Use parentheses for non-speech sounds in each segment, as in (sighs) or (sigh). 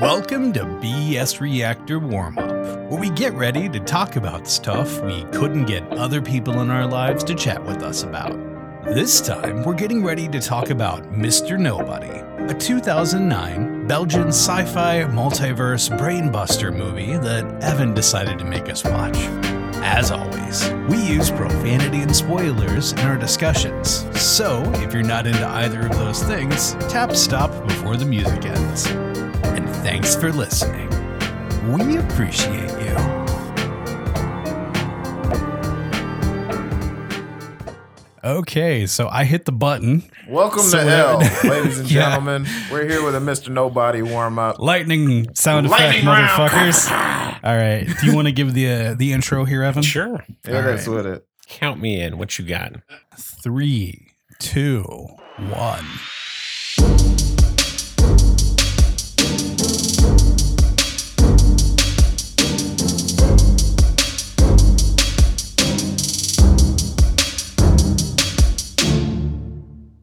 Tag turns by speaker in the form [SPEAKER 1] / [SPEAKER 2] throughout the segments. [SPEAKER 1] Welcome to BS Reactor Warm Up, where we get ready to talk about stuff we couldn't get other people in our lives to chat with us about. This time, we're getting ready to talk about Mr. Nobody, a 2009 Belgian sci fi multiverse brainbuster movie that Evan decided to make us watch. As always, we use profanity and spoilers in our discussions, so if you're not into either of those things, tap stop before the music ends and thanks for listening. We appreciate you. Okay, so I hit the button.
[SPEAKER 2] Welcome
[SPEAKER 1] So
[SPEAKER 2] to
[SPEAKER 1] we're- (laughs)
[SPEAKER 2] hell, ladies and
[SPEAKER 1] Yeah.
[SPEAKER 2] gentlemen. We're here with a Mr. Nobody warm up.
[SPEAKER 1] Lightning sound
[SPEAKER 2] Lightning
[SPEAKER 1] effect,
[SPEAKER 2] round.
[SPEAKER 1] motherfuckers. All right, do you want to give the uh, the intro here, Evan?
[SPEAKER 3] Sure.
[SPEAKER 2] Yeah, that's with it.
[SPEAKER 3] Count me in. What you got?
[SPEAKER 1] Three, two, one.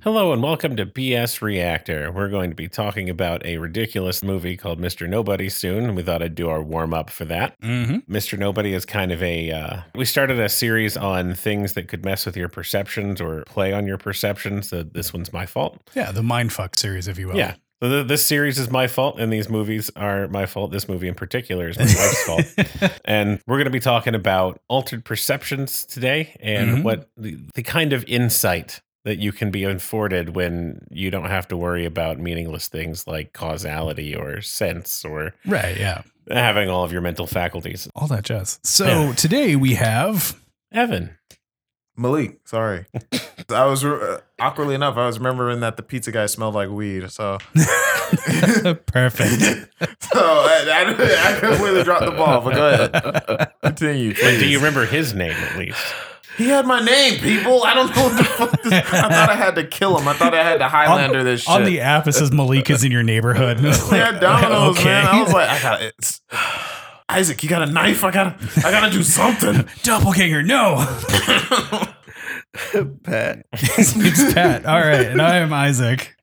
[SPEAKER 3] Hello and welcome to BS Reactor. We're going to be talking about a ridiculous movie called Mr. Nobody soon. We thought I'd do our warm up for that.
[SPEAKER 1] Mm-hmm.
[SPEAKER 3] Mr. Nobody is kind of a. Uh, we started a series on things that could mess with your perceptions or play on your perceptions. So this one's my fault.
[SPEAKER 1] Yeah, the mindfuck series, if you will.
[SPEAKER 3] Yeah. So th- this series is my fault, and these movies are my fault. This movie in particular is my wife's fault. And we're going to be talking about altered perceptions today and
[SPEAKER 1] Mhm.
[SPEAKER 3] what the, the kind of insight that you can be afforded when you don't have to worry about meaningless things like causality or sense or
[SPEAKER 1] (laughs) right. Yeah,
[SPEAKER 3] having all of your mental faculties.
[SPEAKER 1] all that jazz. So
[SPEAKER 3] Yeah.
[SPEAKER 1] today we have (laughs)
[SPEAKER 3] Evan.
[SPEAKER 2] Malik, sorry. I was re- uh, awkwardly enough, I was remembering that the pizza guy smelled like
[SPEAKER 1] (laughs)
[SPEAKER 2] weed. So, (laughs)
[SPEAKER 1] perfect.
[SPEAKER 2] so I, I, I completely dropped the ball. But go ahead, continue.
[SPEAKER 3] But do
[SPEAKER 2] please. (laughs)
[SPEAKER 3] you remember his name at least?
[SPEAKER 2] He had my name, people. I don't know
[SPEAKER 1] (laughs)
[SPEAKER 2] what the fuck. This, I thought I had to kill him. I thought I had to Highlander this shit.
[SPEAKER 1] On the app, it says Malik is in your neighborhood. And it's (laughs)
[SPEAKER 2] We
[SPEAKER 1] like,
[SPEAKER 2] had dominoes,
[SPEAKER 1] okay.
[SPEAKER 2] man. I was like, I got it. Isaac, you got a knife? I gotta, I gotta do something.
[SPEAKER 1] Doppelganger,
[SPEAKER 3] (laughs)
[SPEAKER 1] no.
[SPEAKER 2] Pat.
[SPEAKER 1] it's Pat. All right. And I am Isaac.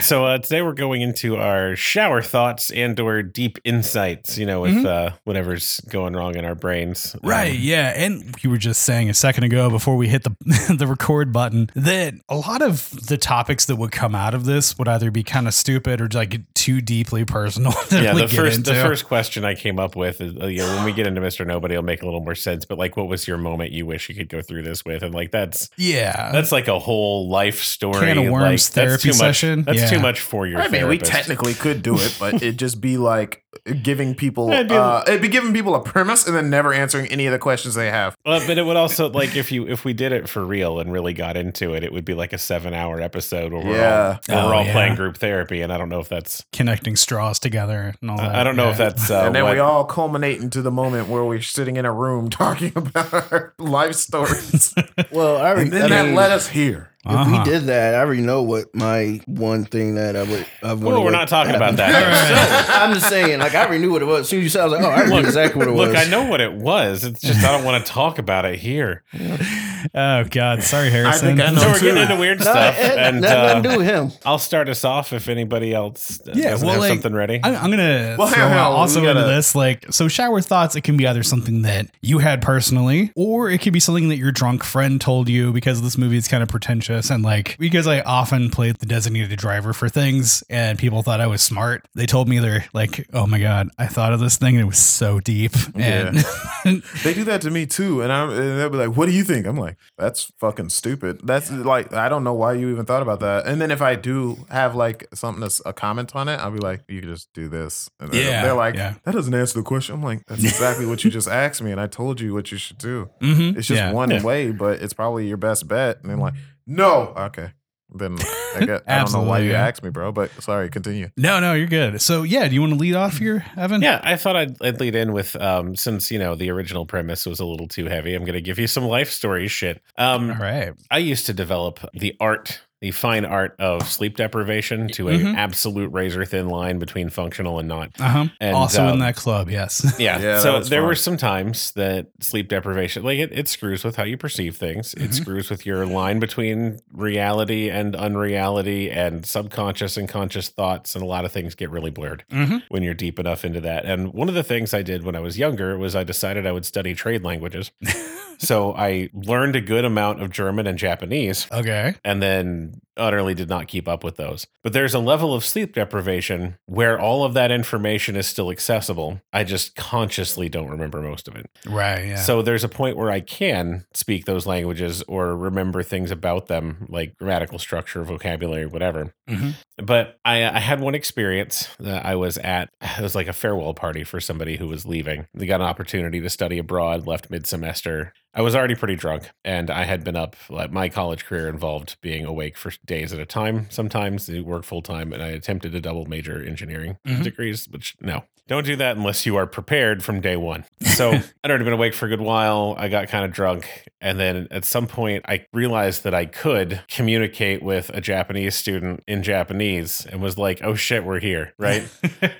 [SPEAKER 3] So uh, today we're going into our shower thoughts and or deep insights, you know, with uh, whatever's going wrong in our brains.
[SPEAKER 1] Right.
[SPEAKER 3] Um,
[SPEAKER 1] Yeah. And you were just saying a second ago before we hit the (laughs) the record button that a lot of the topics that would come out of this would either be kind of stupid or like too deeply personal (laughs) to
[SPEAKER 3] yeah,
[SPEAKER 1] really
[SPEAKER 3] the
[SPEAKER 1] get
[SPEAKER 3] first the
[SPEAKER 1] into.
[SPEAKER 3] first question I came up with is uh, you know, when we get into Mr. Nobody, it'll make a little more sense. But like, what was your moment you wish you could go through this with? And like, that's
[SPEAKER 1] yeah.
[SPEAKER 3] that's like a whole life story.
[SPEAKER 1] Uh, Can of worms
[SPEAKER 3] like, that's
[SPEAKER 1] therapy
[SPEAKER 3] too much-
[SPEAKER 1] session?
[SPEAKER 3] That's
[SPEAKER 1] Yeah.
[SPEAKER 3] too much for your.
[SPEAKER 2] I mean, we
[SPEAKER 3] therapist.
[SPEAKER 2] technically could do it, but it'd just be like giving people,
[SPEAKER 3] I'd be-
[SPEAKER 2] uh, it'd be giving people a premise and then never answering any of the questions they have.
[SPEAKER 3] Well, but it would also like if you if we did it for real and really got into it, it would be like a seven hour episode where we're
[SPEAKER 2] Yeah.
[SPEAKER 3] all where we're
[SPEAKER 1] Oh,
[SPEAKER 3] all
[SPEAKER 1] yeah.
[SPEAKER 3] playing group therapy, and I don't know if that's
[SPEAKER 1] Connecting straws together and all that.
[SPEAKER 3] I I don't know if
[SPEAKER 1] Oh, Yeah.
[SPEAKER 3] that's uh,
[SPEAKER 2] and then
[SPEAKER 3] what-
[SPEAKER 2] we all culminate into the moment where we're sitting in a room (laughs) talking about our life
[SPEAKER 3] (laughs)
[SPEAKER 2] stories.
[SPEAKER 4] Well, I already
[SPEAKER 2] and then
[SPEAKER 4] I
[SPEAKER 2] that
[SPEAKER 4] mean,
[SPEAKER 2] led us here.
[SPEAKER 4] If
[SPEAKER 1] Uh-huh.
[SPEAKER 4] we did that, I already know what my one thing that I would. I would
[SPEAKER 3] Well, we're not
[SPEAKER 4] (laughs)
[SPEAKER 3] talking
[SPEAKER 2] (laughs)
[SPEAKER 3] about that.
[SPEAKER 4] I'm just saying, like I already knew what it was. As soon as you said, it, I was like, oh, I already knew exactly what it was.
[SPEAKER 3] Look, I know what it was. It's just I don't want to talk about it here.
[SPEAKER 1] Oh God. Sorry, Harrison.
[SPEAKER 2] I know.
[SPEAKER 3] So we're
[SPEAKER 2] too.
[SPEAKER 3] getting into weird
[SPEAKER 4] No,
[SPEAKER 3] stuff,
[SPEAKER 4] it had
[SPEAKER 3] and
[SPEAKER 4] nothing to do
[SPEAKER 3] uh,
[SPEAKER 4] with him.
[SPEAKER 3] I'll start us off if anybody else uh,
[SPEAKER 1] Yeah,
[SPEAKER 3] doesn't
[SPEAKER 1] well,
[SPEAKER 3] have
[SPEAKER 1] like,
[SPEAKER 3] something ready.
[SPEAKER 1] I'm, I'm gonna
[SPEAKER 2] Well,
[SPEAKER 1] throw
[SPEAKER 2] hell,
[SPEAKER 1] out
[SPEAKER 2] we
[SPEAKER 1] also into
[SPEAKER 2] gotta-
[SPEAKER 1] this like so shower thoughts. It can be either something that you had personally, or it could be something that your drunk friend told you because this movie is kind of pretentious and like because I often played the designated driver for things and people thought I was smart. They told me they're like, oh my god, I thought of this thing and it was so deep and (laughs)
[SPEAKER 2] They do that to me too, and I'm and they'll be like, "What do you think?" I'm like, "That's fucking stupid." That's like, I don't know why you even thought about that. And then if I do have like something that's a comment on it, I'll be like, "You can just do this." And they're-
[SPEAKER 1] Yeah,
[SPEAKER 2] they're like,
[SPEAKER 1] yeah.
[SPEAKER 2] "That doesn't answer the question." I'm like, "That's exactly what you just asked me, and I told you what you should do.
[SPEAKER 1] Mhm.
[SPEAKER 2] It's just
[SPEAKER 1] Yeah.
[SPEAKER 2] one
[SPEAKER 3] Yeah.
[SPEAKER 2] way, but it's probably your best bet." And I'm like, "No, okay." Then I, get, I don't know why
[SPEAKER 1] Absolutely,
[SPEAKER 2] you
[SPEAKER 1] yeah.
[SPEAKER 2] asked me, bro. But sorry, continue.
[SPEAKER 1] no, no, you're good. So yeah, do you want to lead off here, Evan?
[SPEAKER 3] yeah, I thought I'd, I'd lead in with um, since you know the original premise was a little too heavy. I'm going to give you some life story shit. Um,
[SPEAKER 1] All right.
[SPEAKER 3] I used to develop the art the fine art of sleep deprivation to an
[SPEAKER 4] Mm-hmm.
[SPEAKER 5] Mhm.
[SPEAKER 3] absolute razor thin line between functional and not.
[SPEAKER 5] Uh
[SPEAKER 1] Uh-huh.
[SPEAKER 5] huh.
[SPEAKER 3] And,
[SPEAKER 5] Also in
[SPEAKER 3] um,
[SPEAKER 5] that club,
[SPEAKER 1] (laughs)
[SPEAKER 5] yes.
[SPEAKER 3] Yeah.
[SPEAKER 2] Yeah, that
[SPEAKER 3] so
[SPEAKER 2] was
[SPEAKER 3] there
[SPEAKER 2] fun.
[SPEAKER 3] were some times that sleep deprivation, like it, it screws with how you perceive things. It
[SPEAKER 2] Mm-hmm.
[SPEAKER 5] Mhm.
[SPEAKER 3] screws with your line between reality and unreality and subconscious and conscious thoughts. And a lot of things get really blurred
[SPEAKER 5] mm-hmm.
[SPEAKER 3] when you're deep enough into that. And one of the things I did when I was younger was I decided I would study trade
[SPEAKER 2] (laughs)
[SPEAKER 3] languages. so I learned a good amount of German and Japanese
[SPEAKER 5] Okay.
[SPEAKER 3] and then utterly did not keep up with those. But there's a level of sleep deprivation where all of that information is still accessible. I just consciously don't remember most of it.
[SPEAKER 5] Right. Yeah.
[SPEAKER 3] So there's a point where I can speak those languages or remember things about them, like grammatical structure, vocabulary, whatever.
[SPEAKER 5] Mhm.
[SPEAKER 3] But I, I had one experience that I was at. It was like a farewell party for somebody who was leaving. They got an opportunity to study abroad, left mid semester. I was already pretty drunk, and I had been up. Like my college career involved being awake for days at a time. Sometimes you work full time, and I attempted to double major engineering
[SPEAKER 5] Mhm.
[SPEAKER 3] degrees, which no, don't do that unless you are prepared from day one. So I'd already been awake for a good while. I got kind of drunk. And then at some point, I realized that I could communicate with a Japanese student in Japanese and was like, oh shit, we're here. Right.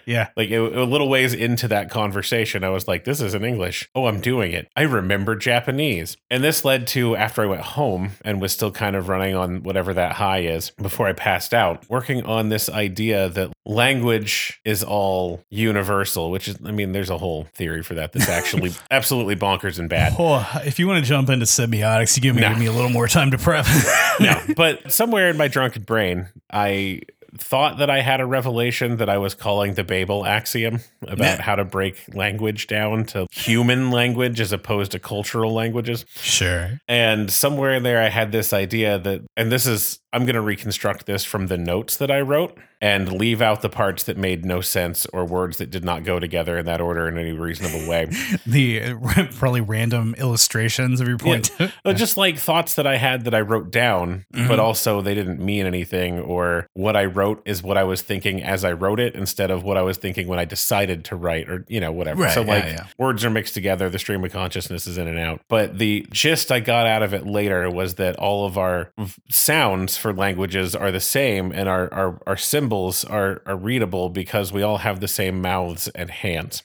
[SPEAKER 5] yeah.
[SPEAKER 3] like it, a little ways into that conversation, I was like, this isn't English. Oh, I'm doing it. I remember Japanese. And this led to after I went home and was still kind of running on whatever that high is before I passed out, working on this idea that language is all universal, which is, I mean, there's a whole theory for that that's actually absolutely bonkers and bad.
[SPEAKER 5] Oh, if you want to jump into semiotics, you give me,
[SPEAKER 3] No.
[SPEAKER 5] give me a little more time to prep.
[SPEAKER 3] (laughs) no, but somewhere in my drunken brain, I thought that I had a revelation that I was calling the Babel axiom about how to break language down to human language as opposed to cultural languages.
[SPEAKER 5] Sure.
[SPEAKER 3] And somewhere in there, I had this idea that, and this is, I'm going to reconstruct this from the notes that I wrote and leave out the parts that made no sense or words that did not go together in that order in any reasonable way.
[SPEAKER 5] The uh, (laughs) probably random illustrations of your point.
[SPEAKER 3] But just like thoughts that I had that I wrote down,
[SPEAKER 5] Mhm.
[SPEAKER 3] but also they didn't mean anything, or what I wrote is what I was thinking as I wrote it instead of what I was thinking when I decided to write, or you know,
[SPEAKER 5] (laughs)
[SPEAKER 3] whatever.
[SPEAKER 5] Right,
[SPEAKER 3] so
[SPEAKER 5] yeah,
[SPEAKER 3] like
[SPEAKER 5] yeah.
[SPEAKER 3] words are mixed together, the stream of consciousness is in and out. But the gist I got out of it later was that all of our v- sounds for languages are the same and our our, our symbols are, are readable because we all have the same mouths and
[SPEAKER 5] (laughs)
[SPEAKER 3] hands.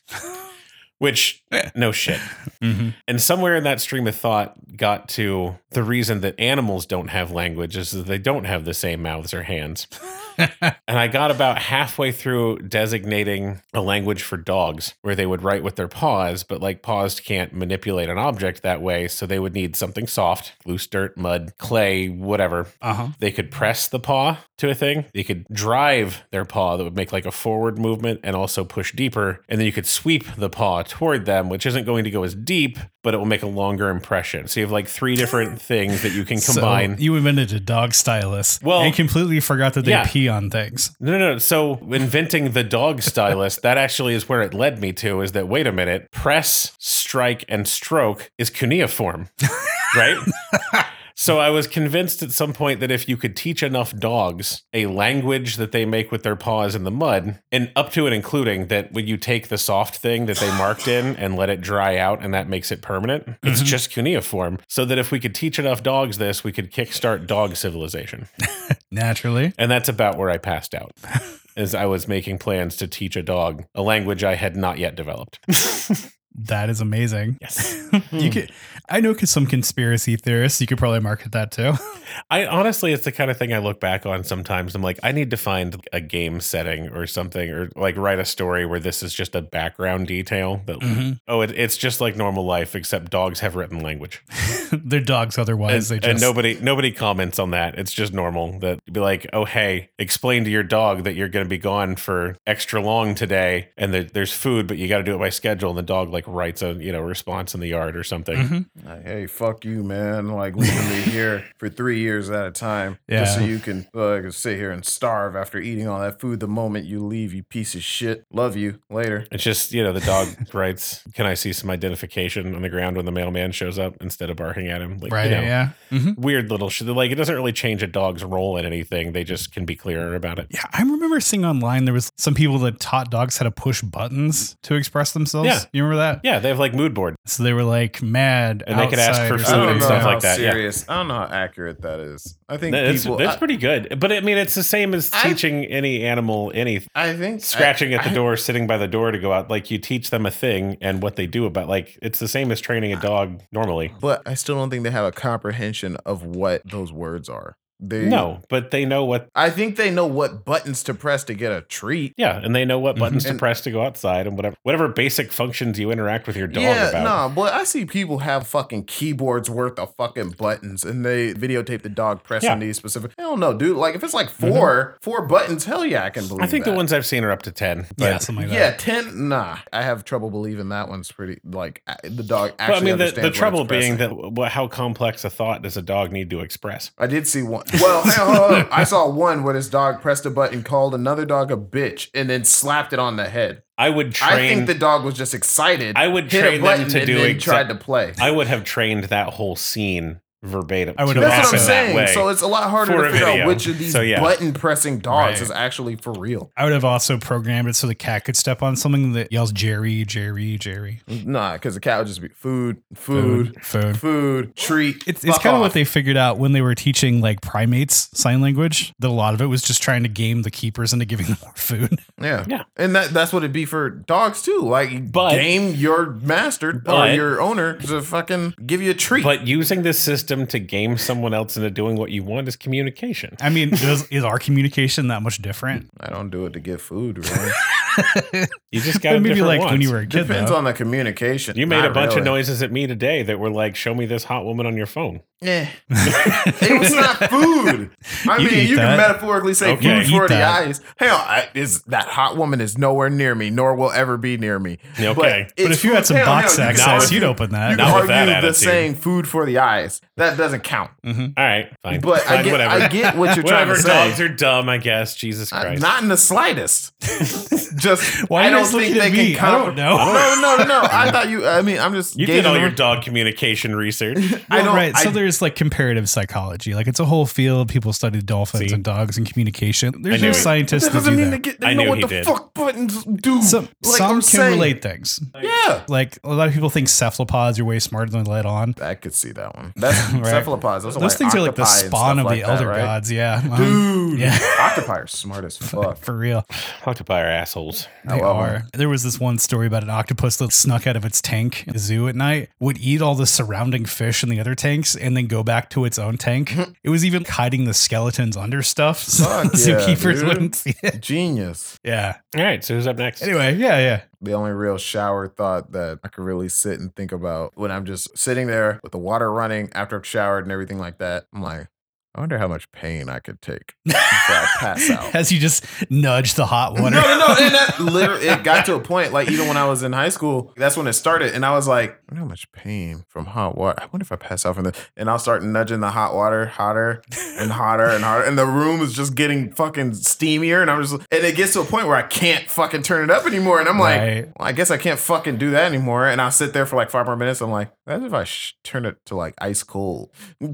[SPEAKER 3] Which no shit.
[SPEAKER 5] Mhm.
[SPEAKER 3] And somewhere in that stream of thought got to the reason that animals don't have language is that they don't have the same mouths or hands. and I got about halfway through designating a language for dogs where they would write with their paws, but like paws can't manipulate an object that way. So they would need something soft, loose dirt, mud, clay, whatever.
[SPEAKER 5] Uh-huh.
[SPEAKER 3] They could press the paw to a thing. They could drive their paw that would make like a forward movement and also push deeper. And then you could sweep the paw toward them, which isn't going to go as deep, but it will make a longer impression. So you have like three different things that you can
[SPEAKER 5] So,
[SPEAKER 3] combine.
[SPEAKER 5] you invented a dog stylus.
[SPEAKER 3] Well-
[SPEAKER 5] and completely forgot that they
[SPEAKER 3] Yeah.
[SPEAKER 5] pee on things.
[SPEAKER 3] no, no, no. So inventing the dog stylus, that actually is where it led me to is that, wait a minute, press, strike, and stroke is cuneiform, right? So I was convinced at some point that if you could teach enough dogs a language that they make with their paws in the mud, and up to and including that when you take the soft thing that they marked in and let it dry out and that makes it permanent, it's just cuneiform. So that if we could teach enough dogs this, we could kickstart dog civilization.
[SPEAKER 5] Naturally.
[SPEAKER 3] And that's about where I passed out. As I was making plans to teach a dog a language I had not yet developed.
[SPEAKER 5] That is amazing.
[SPEAKER 3] Yes.
[SPEAKER 5] (laughs) You could I know 'cause some conspiracy theorists, you could probably market that too. (laughs)
[SPEAKER 3] I honestly, it's the kind of thing I look back on sometimes. I'm like, I need to find a game setting or something, or like write a story where this is just a background detail. That oh, it, it's just like normal life, except dogs have written language,
[SPEAKER 5] They're dogs
[SPEAKER 3] and,
[SPEAKER 5] otherwise. they just
[SPEAKER 3] and nobody nobody comments on that. It's just normal that you'd be like, oh hey, explain to your dog that you're going to be gone for extra long today, and that there's food, but you got to do it by schedule. And the dog like writes a you know response in the yard or something.
[SPEAKER 1] Mm-hmm.
[SPEAKER 5] Mhm.
[SPEAKER 2] Like, hey, fuck you, man. Like, we can
[SPEAKER 3] (laughs)
[SPEAKER 2] be here for three years at a time just so
[SPEAKER 5] Yeah.
[SPEAKER 2] you can like, sit here and starve after eating all that food the moment you leave, you piece of shit. Love you. Later.
[SPEAKER 3] It's just, you know, the dog (laughs) writes, Can I see some identification on the ground when the mailman shows up instead of barking at him? Like, you
[SPEAKER 5] Right,
[SPEAKER 3] know,
[SPEAKER 5] yeah. Mhm.
[SPEAKER 3] Weird little shit. Like, it doesn't really change a dog's role in anything. They just can be clearer about it.
[SPEAKER 5] Yeah, I remember seeing online there was some people that taught dogs how to push buttons to express themselves.
[SPEAKER 3] Yeah.
[SPEAKER 5] You remember that?
[SPEAKER 3] Yeah, they have like mood board.
[SPEAKER 5] So they were like,
[SPEAKER 1] like mad.
[SPEAKER 3] And they could ask
[SPEAKER 1] outside
[SPEAKER 3] for
[SPEAKER 1] or
[SPEAKER 3] food
[SPEAKER 2] I
[SPEAKER 1] something.
[SPEAKER 2] don't
[SPEAKER 3] and
[SPEAKER 2] know
[SPEAKER 3] stuff
[SPEAKER 2] how
[SPEAKER 3] like that, yeah.
[SPEAKER 2] serious. I don't know how accurate that is. I think
[SPEAKER 3] That's,
[SPEAKER 2] people. uh,
[SPEAKER 3] that's
[SPEAKER 2] I-
[SPEAKER 3] pretty good. But I mean, it's the same as
[SPEAKER 2] I-
[SPEAKER 3] teaching any animal anything.
[SPEAKER 2] I, think
[SPEAKER 3] Scratching
[SPEAKER 2] I-
[SPEAKER 3] at the
[SPEAKER 2] I-
[SPEAKER 3] door, sitting by the door to go out. Like you teach them a thing and what they do about. Like it's the same as training a dog normally.
[SPEAKER 2] but I still don't think they have a comprehension of what those words are. They
[SPEAKER 3] No, but they know what.
[SPEAKER 2] I think they know what buttons to press to get a treat.
[SPEAKER 3] Yeah, and they know
[SPEAKER 1] Mm-hmm.
[SPEAKER 3] what buttons to
[SPEAKER 2] And-
[SPEAKER 3] press to go outside and whatever whatever basic functions you interact with your dog
[SPEAKER 2] yeah,
[SPEAKER 3] about.
[SPEAKER 2] nah, but I see people have fucking keyboards worth of fucking buttons, and they videotape the dog pressing
[SPEAKER 3] Yeah. Mm-hmm.
[SPEAKER 2] these specific. I don't know, dude. Like if it's like 4 four buttons, hell yeah, I can believe.
[SPEAKER 3] I think the
[SPEAKER 2] that.
[SPEAKER 3] ones I've seen are up to ten. But,
[SPEAKER 1] yeah, something like
[SPEAKER 2] Yeah,
[SPEAKER 1] that.
[SPEAKER 2] ten. Nah, I have trouble believing that one's pretty. Like I- the dog
[SPEAKER 3] Well, I
[SPEAKER 2] actually.
[SPEAKER 3] mean, the,
[SPEAKER 2] understands
[SPEAKER 3] the trouble
[SPEAKER 2] what it's pressing.
[SPEAKER 3] being that wh- how complex a thought does a dog need to express?
[SPEAKER 2] I did see one. Well, (laughs) hey, hold up.
[SPEAKER 3] (laughs)
[SPEAKER 2] I saw one where this dog pressed a button, called another dog a bitch, and then slapped it on the head.
[SPEAKER 3] I would
[SPEAKER 2] I
[SPEAKER 3] train. I,
[SPEAKER 2] think the dog was just excited.
[SPEAKER 3] I would
[SPEAKER 2] hit a
[SPEAKER 3] train them
[SPEAKER 2] button,
[SPEAKER 3] to
[SPEAKER 2] and
[SPEAKER 3] do
[SPEAKER 2] then
[SPEAKER 3] exa-
[SPEAKER 2] tried to play.
[SPEAKER 3] would have trained that whole scene verbatim.
[SPEAKER 1] I would
[SPEAKER 3] to
[SPEAKER 1] have
[SPEAKER 2] That's
[SPEAKER 1] also
[SPEAKER 2] what I'm
[SPEAKER 3] happen that way.
[SPEAKER 2] saying. So it's a lot harder
[SPEAKER 3] for
[SPEAKER 2] to
[SPEAKER 3] a
[SPEAKER 2] figure
[SPEAKER 3] video.
[SPEAKER 2] out which of these
[SPEAKER 3] So, yeah.
[SPEAKER 2] button pressing dogs
[SPEAKER 1] Right.
[SPEAKER 2] is actually for real.
[SPEAKER 1] I would have also programmed it so the cat could step on something that yells Jerry, Jerry, Jerry.
[SPEAKER 2] Nah, because the cat would just be food, food,
[SPEAKER 1] Food.
[SPEAKER 2] food, treat.
[SPEAKER 1] It's, it's
[SPEAKER 2] fuck
[SPEAKER 1] kind of
[SPEAKER 2] off.
[SPEAKER 1] what they figured out when they were teaching like primates sign language. That a lot of it was just trying to game the keepers into giving them more food. (laughs)
[SPEAKER 2] Yeah.
[SPEAKER 3] Yeah.
[SPEAKER 2] And that that's what it'd be for dogs too. Like
[SPEAKER 3] But-
[SPEAKER 2] game your master
[SPEAKER 3] But-
[SPEAKER 2] or your owner to fucking give you a treat.
[SPEAKER 3] but using this system to game someone else into doing what you want is communication.
[SPEAKER 1] I mean, is, is our communication that much different?
[SPEAKER 2] I don't do it to get food,
[SPEAKER 3] (laughs)
[SPEAKER 2] really.
[SPEAKER 1] (laughs)
[SPEAKER 3] You just got a
[SPEAKER 1] maybe
[SPEAKER 3] different
[SPEAKER 1] like when
[SPEAKER 3] wants.
[SPEAKER 1] you were a kid.
[SPEAKER 2] Depends
[SPEAKER 1] though.
[SPEAKER 2] on the communication.
[SPEAKER 3] You made
[SPEAKER 2] Not
[SPEAKER 3] a bunch
[SPEAKER 2] really.
[SPEAKER 3] of noises at me today that were like, "Show me this hot woman on your phone."
[SPEAKER 1] (laughs)
[SPEAKER 2] Eh. it was not
[SPEAKER 1] You
[SPEAKER 2] food. I
[SPEAKER 1] can
[SPEAKER 2] mean,
[SPEAKER 1] eat
[SPEAKER 2] you
[SPEAKER 1] that.
[SPEAKER 2] can metaphorically say
[SPEAKER 3] Okay,
[SPEAKER 2] food for
[SPEAKER 1] eat
[SPEAKER 2] the
[SPEAKER 1] that.
[SPEAKER 2] eyes. Hell, I, is that hot woman is nowhere near me, nor will ever be near me.
[SPEAKER 3] Okay.
[SPEAKER 2] it's
[SPEAKER 1] But if you had
[SPEAKER 2] food-
[SPEAKER 1] some
[SPEAKER 2] hell,
[SPEAKER 1] box
[SPEAKER 2] hell, you could
[SPEAKER 1] access,
[SPEAKER 2] argue-
[SPEAKER 1] you'd open that.
[SPEAKER 2] You could
[SPEAKER 3] Not with
[SPEAKER 2] argue
[SPEAKER 3] that
[SPEAKER 2] the
[SPEAKER 3] attitude.
[SPEAKER 2] saying "food for the eyes." That doesn't count.
[SPEAKER 1] Mm-hmm.
[SPEAKER 3] All right, fine.
[SPEAKER 2] Mm-hmm. But I
[SPEAKER 3] Fine,
[SPEAKER 2] get,
[SPEAKER 3] whatever.
[SPEAKER 2] I get what you're trying
[SPEAKER 3] whatever.
[SPEAKER 2] to say.
[SPEAKER 3] Dogs are dumb, I guess. Jesus
[SPEAKER 2] Uh,
[SPEAKER 3] Christ.
[SPEAKER 2] Not in
[SPEAKER 1] (laughs)
[SPEAKER 2] the slightest. Just
[SPEAKER 1] Why are
[SPEAKER 2] I
[SPEAKER 1] you
[SPEAKER 2] don't
[SPEAKER 1] guys
[SPEAKER 2] think
[SPEAKER 1] looking
[SPEAKER 2] they
[SPEAKER 1] at me?
[SPEAKER 2] can.
[SPEAKER 1] I don't know.
[SPEAKER 2] No, no, no, no.
[SPEAKER 1] (laughs)
[SPEAKER 2] I thought you. I mean, I'm just.
[SPEAKER 3] you did
[SPEAKER 2] gauging
[SPEAKER 3] all
[SPEAKER 2] the-
[SPEAKER 3] your dog
[SPEAKER 2] (laughs)
[SPEAKER 3] communication research.
[SPEAKER 2] I
[SPEAKER 1] Well,
[SPEAKER 2] don't.
[SPEAKER 1] right. so
[SPEAKER 2] I-
[SPEAKER 1] there's like comparative psychology. Like it's a whole field. People study dolphins
[SPEAKER 3] See?
[SPEAKER 1] and dogs and communication.
[SPEAKER 3] I
[SPEAKER 1] There's
[SPEAKER 3] knew
[SPEAKER 1] no
[SPEAKER 3] it.
[SPEAKER 1] scientists
[SPEAKER 2] that
[SPEAKER 1] that
[SPEAKER 2] doesn't
[SPEAKER 1] do
[SPEAKER 2] mean
[SPEAKER 1] that.
[SPEAKER 2] they, get,
[SPEAKER 3] I
[SPEAKER 2] they know
[SPEAKER 3] knew
[SPEAKER 2] what
[SPEAKER 3] he
[SPEAKER 2] the
[SPEAKER 3] did.
[SPEAKER 2] fuck buttons do.
[SPEAKER 1] Some
[SPEAKER 2] Like,
[SPEAKER 1] some
[SPEAKER 2] I'm
[SPEAKER 1] can
[SPEAKER 2] saying-
[SPEAKER 1] relate things.
[SPEAKER 2] Yeah.
[SPEAKER 1] Like a lot of people think cephalopods are way smarter than they let on.
[SPEAKER 2] I could see that one. That's
[SPEAKER 1] (laughs)
[SPEAKER 2] cephalopods. Those,
[SPEAKER 1] Those things are like the spawn of the elder gods. Yeah, Well,
[SPEAKER 2] Dude,
[SPEAKER 1] Yeah.
[SPEAKER 2] (laughs) octopi are smart as
[SPEAKER 1] (laughs)
[SPEAKER 2] fuck.
[SPEAKER 1] for real.
[SPEAKER 3] Octopi are assholes.
[SPEAKER 1] They
[SPEAKER 2] love 'em.
[SPEAKER 1] are. There was this one story about an octopus that snuck out of its tank in the zoo at night, would eat all the surrounding fish in the other tanks, and then go back to its own
[SPEAKER 2] (laughs)
[SPEAKER 1] tank. it was even hiding the skeletons under stuff (laughs) so
[SPEAKER 2] Fuck
[SPEAKER 1] the
[SPEAKER 2] yeah,
[SPEAKER 1] zookeepers
[SPEAKER 2] dude.
[SPEAKER 1] wouldn't see it. (laughs)
[SPEAKER 2] Genius.
[SPEAKER 1] Yeah.
[SPEAKER 3] All right, so who's up (laughs) next?
[SPEAKER 1] Anyway, yeah, yeah.
[SPEAKER 2] The only real shower thought that I could really sit and think about when I'm just sitting there with the water running after I've showered and everything like that. I'm like, I wonder how much pain I could take before I
[SPEAKER 1] (laughs)
[SPEAKER 2] pass out.
[SPEAKER 1] As you just nudge the hot water.
[SPEAKER 2] No, no, no.
[SPEAKER 1] (laughs)
[SPEAKER 2] And that literally, it got to a point, like, even when I was in high school, that's when it started. And I was like, I wonder how much pain from hot water. I wonder if I pass out from this. And I'll start nudging the hot water hotter and hotter and hotter. And the room is just getting fucking steamier. And I'm just, and it gets to a point where I can't fucking turn it up anymore. And I'm like,
[SPEAKER 1] Right.
[SPEAKER 2] well, I guess I can't fucking do that anymore. And I'll sit there for like five more minutes. I'm like, imagine if I sh- turn it to like ice cold. (laughs)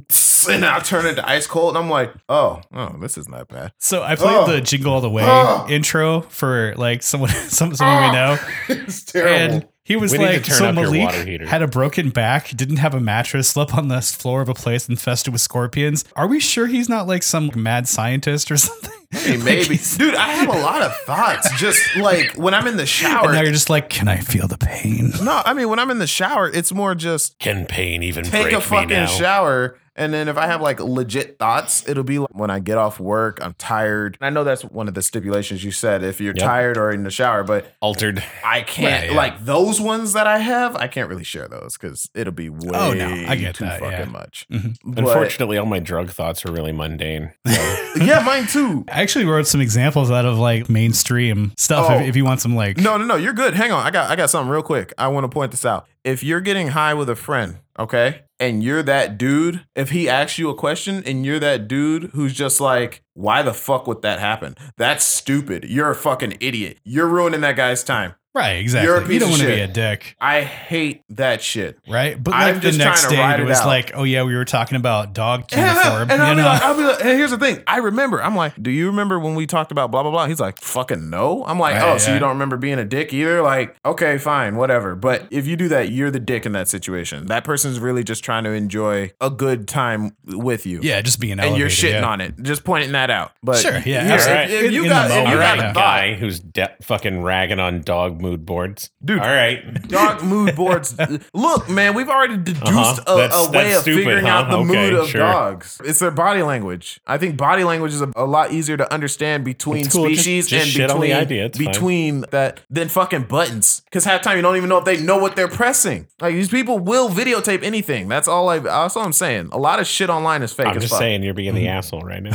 [SPEAKER 2] And I'll turn it to ice cold. And I'm like, oh, oh, this is not bad. (laughs)
[SPEAKER 1] So I played
[SPEAKER 2] Oh.
[SPEAKER 1] the Jingle All the Way
[SPEAKER 2] Oh.
[SPEAKER 1] intro for like someone (laughs) some, someone we
[SPEAKER 2] Oh.
[SPEAKER 1] know.
[SPEAKER 2] it's terrible.
[SPEAKER 1] And he was
[SPEAKER 3] We need to
[SPEAKER 1] like,
[SPEAKER 3] turn
[SPEAKER 1] so
[SPEAKER 3] up your
[SPEAKER 1] Malik
[SPEAKER 3] water heater.
[SPEAKER 1] had a broken back, didn't have a mattress, slept on the floor of a place infested with scorpions. Are we sure he's not like some mad scientist or (laughs) something?
[SPEAKER 2] Hey,
[SPEAKER 1] Like,
[SPEAKER 2] maybe,
[SPEAKER 1] he's-
[SPEAKER 2] dude. I have a lot of thoughts. Just like when I'm in the
[SPEAKER 1] (laughs) and
[SPEAKER 2] shower.
[SPEAKER 1] now you're just like, can I feel the pain?
[SPEAKER 2] No, I mean when I'm in the shower, it's more just
[SPEAKER 3] Can pain even
[SPEAKER 2] take
[SPEAKER 3] break
[SPEAKER 2] a
[SPEAKER 3] me now?
[SPEAKER 2] fucking shower. And then if I have like legit thoughts, it'll be like when I get off work, I'm tired. And I know that's one of the stipulations you said if you're
[SPEAKER 3] Yep.
[SPEAKER 2] tired or in the shower, but
[SPEAKER 3] Altered.
[SPEAKER 2] I can't
[SPEAKER 1] Right, yeah.
[SPEAKER 2] like those ones that I have. I can't really share those because it'll be way
[SPEAKER 1] Oh, no, I get
[SPEAKER 2] too
[SPEAKER 1] that,
[SPEAKER 2] fucking
[SPEAKER 1] yeah.
[SPEAKER 2] much.
[SPEAKER 1] Mhm.
[SPEAKER 2] But-
[SPEAKER 3] Unfortunately, all my drug thoughts are really mundane.
[SPEAKER 2] (laughs) yeah, mine too.
[SPEAKER 1] I actually wrote some examples out of like mainstream stuff.
[SPEAKER 2] Oh.
[SPEAKER 1] If, if you want some, like,
[SPEAKER 2] No, no, no. You're good. Hang on. I got I got something real quick. I want to point this out. If you're getting high with a friend, okay, and you're that dude, if he asks you a question and you're that dude who's just like, why the fuck would that happen? That's stupid. You're a fucking idiot. You're ruining that guy's time.
[SPEAKER 1] Right, exactly.
[SPEAKER 2] You're a
[SPEAKER 1] you
[SPEAKER 2] piece
[SPEAKER 1] don't
[SPEAKER 2] of
[SPEAKER 1] want to be
[SPEAKER 2] shit.
[SPEAKER 1] a dick.
[SPEAKER 2] I hate that shit.
[SPEAKER 1] Right? But
[SPEAKER 2] I'm
[SPEAKER 1] like the
[SPEAKER 2] just
[SPEAKER 1] next
[SPEAKER 2] trying to
[SPEAKER 1] day
[SPEAKER 2] ride
[SPEAKER 1] it
[SPEAKER 2] it
[SPEAKER 1] was
[SPEAKER 2] out.
[SPEAKER 1] like, oh yeah, we were talking about
[SPEAKER 2] (laughs)
[SPEAKER 1] dog
[SPEAKER 2] Yeah,
[SPEAKER 1] cuneiform.
[SPEAKER 2] and I'll
[SPEAKER 1] you
[SPEAKER 2] be,
[SPEAKER 1] know?
[SPEAKER 2] like, I'll be like, and here's the thing. I remember. I'm like, do you remember when we talked about blah blah blah? He's like, fucking no. I'm like,
[SPEAKER 1] Right,
[SPEAKER 2] oh, so
[SPEAKER 1] yeah.
[SPEAKER 2] you don't remember being a dick either? Like, okay, fine, whatever. But if you do that, you're the dick in that situation. That person's really just trying to enjoy a good time with you.
[SPEAKER 1] (laughs) yeah, just being
[SPEAKER 2] And
[SPEAKER 1] elevated.
[SPEAKER 2] you're
[SPEAKER 1] (laughs)
[SPEAKER 2] shitting
[SPEAKER 1] yeah.
[SPEAKER 2] on it, just pointing that out. But
[SPEAKER 1] Sure, yeah,
[SPEAKER 2] here, if-
[SPEAKER 3] alright.
[SPEAKER 2] if,
[SPEAKER 1] In-
[SPEAKER 2] you
[SPEAKER 1] in
[SPEAKER 2] got,
[SPEAKER 1] the
[SPEAKER 2] if
[SPEAKER 1] moment,
[SPEAKER 2] you
[SPEAKER 3] All
[SPEAKER 2] got
[SPEAKER 1] yeah.
[SPEAKER 3] right,
[SPEAKER 2] a thought,
[SPEAKER 3] guy who's de- fucking ragging on dog mood boards.
[SPEAKER 2] Dude.
[SPEAKER 3] All right.
[SPEAKER 2] Dog
[SPEAKER 3] (laughs)
[SPEAKER 2] mood boards. Look, man, we've already deduced
[SPEAKER 3] Uh-huh.
[SPEAKER 2] a,
[SPEAKER 3] That's-
[SPEAKER 2] a way
[SPEAKER 3] that's
[SPEAKER 2] of
[SPEAKER 3] stupid,
[SPEAKER 2] figuring
[SPEAKER 3] huh?
[SPEAKER 2] out the
[SPEAKER 3] Okay,
[SPEAKER 2] mood of
[SPEAKER 3] sure.
[SPEAKER 2] dogs. It's their body language. I think body language is a, a lot easier to understand between
[SPEAKER 3] It's cool. Just-
[SPEAKER 2] species
[SPEAKER 3] just
[SPEAKER 2] and
[SPEAKER 3] shit on the
[SPEAKER 2] between,
[SPEAKER 3] idea. It's fine.
[SPEAKER 2] between that than fucking buttons. Because half the time you don't even know if they know what they're pressing. Like these people will videotape anything. That's all I. That's all I'm saying. A lot of shit online is fake.
[SPEAKER 3] I'm
[SPEAKER 2] as
[SPEAKER 3] just
[SPEAKER 2] fuck.
[SPEAKER 3] saying
[SPEAKER 1] (laughs)
[SPEAKER 3] you're being the asshole right now.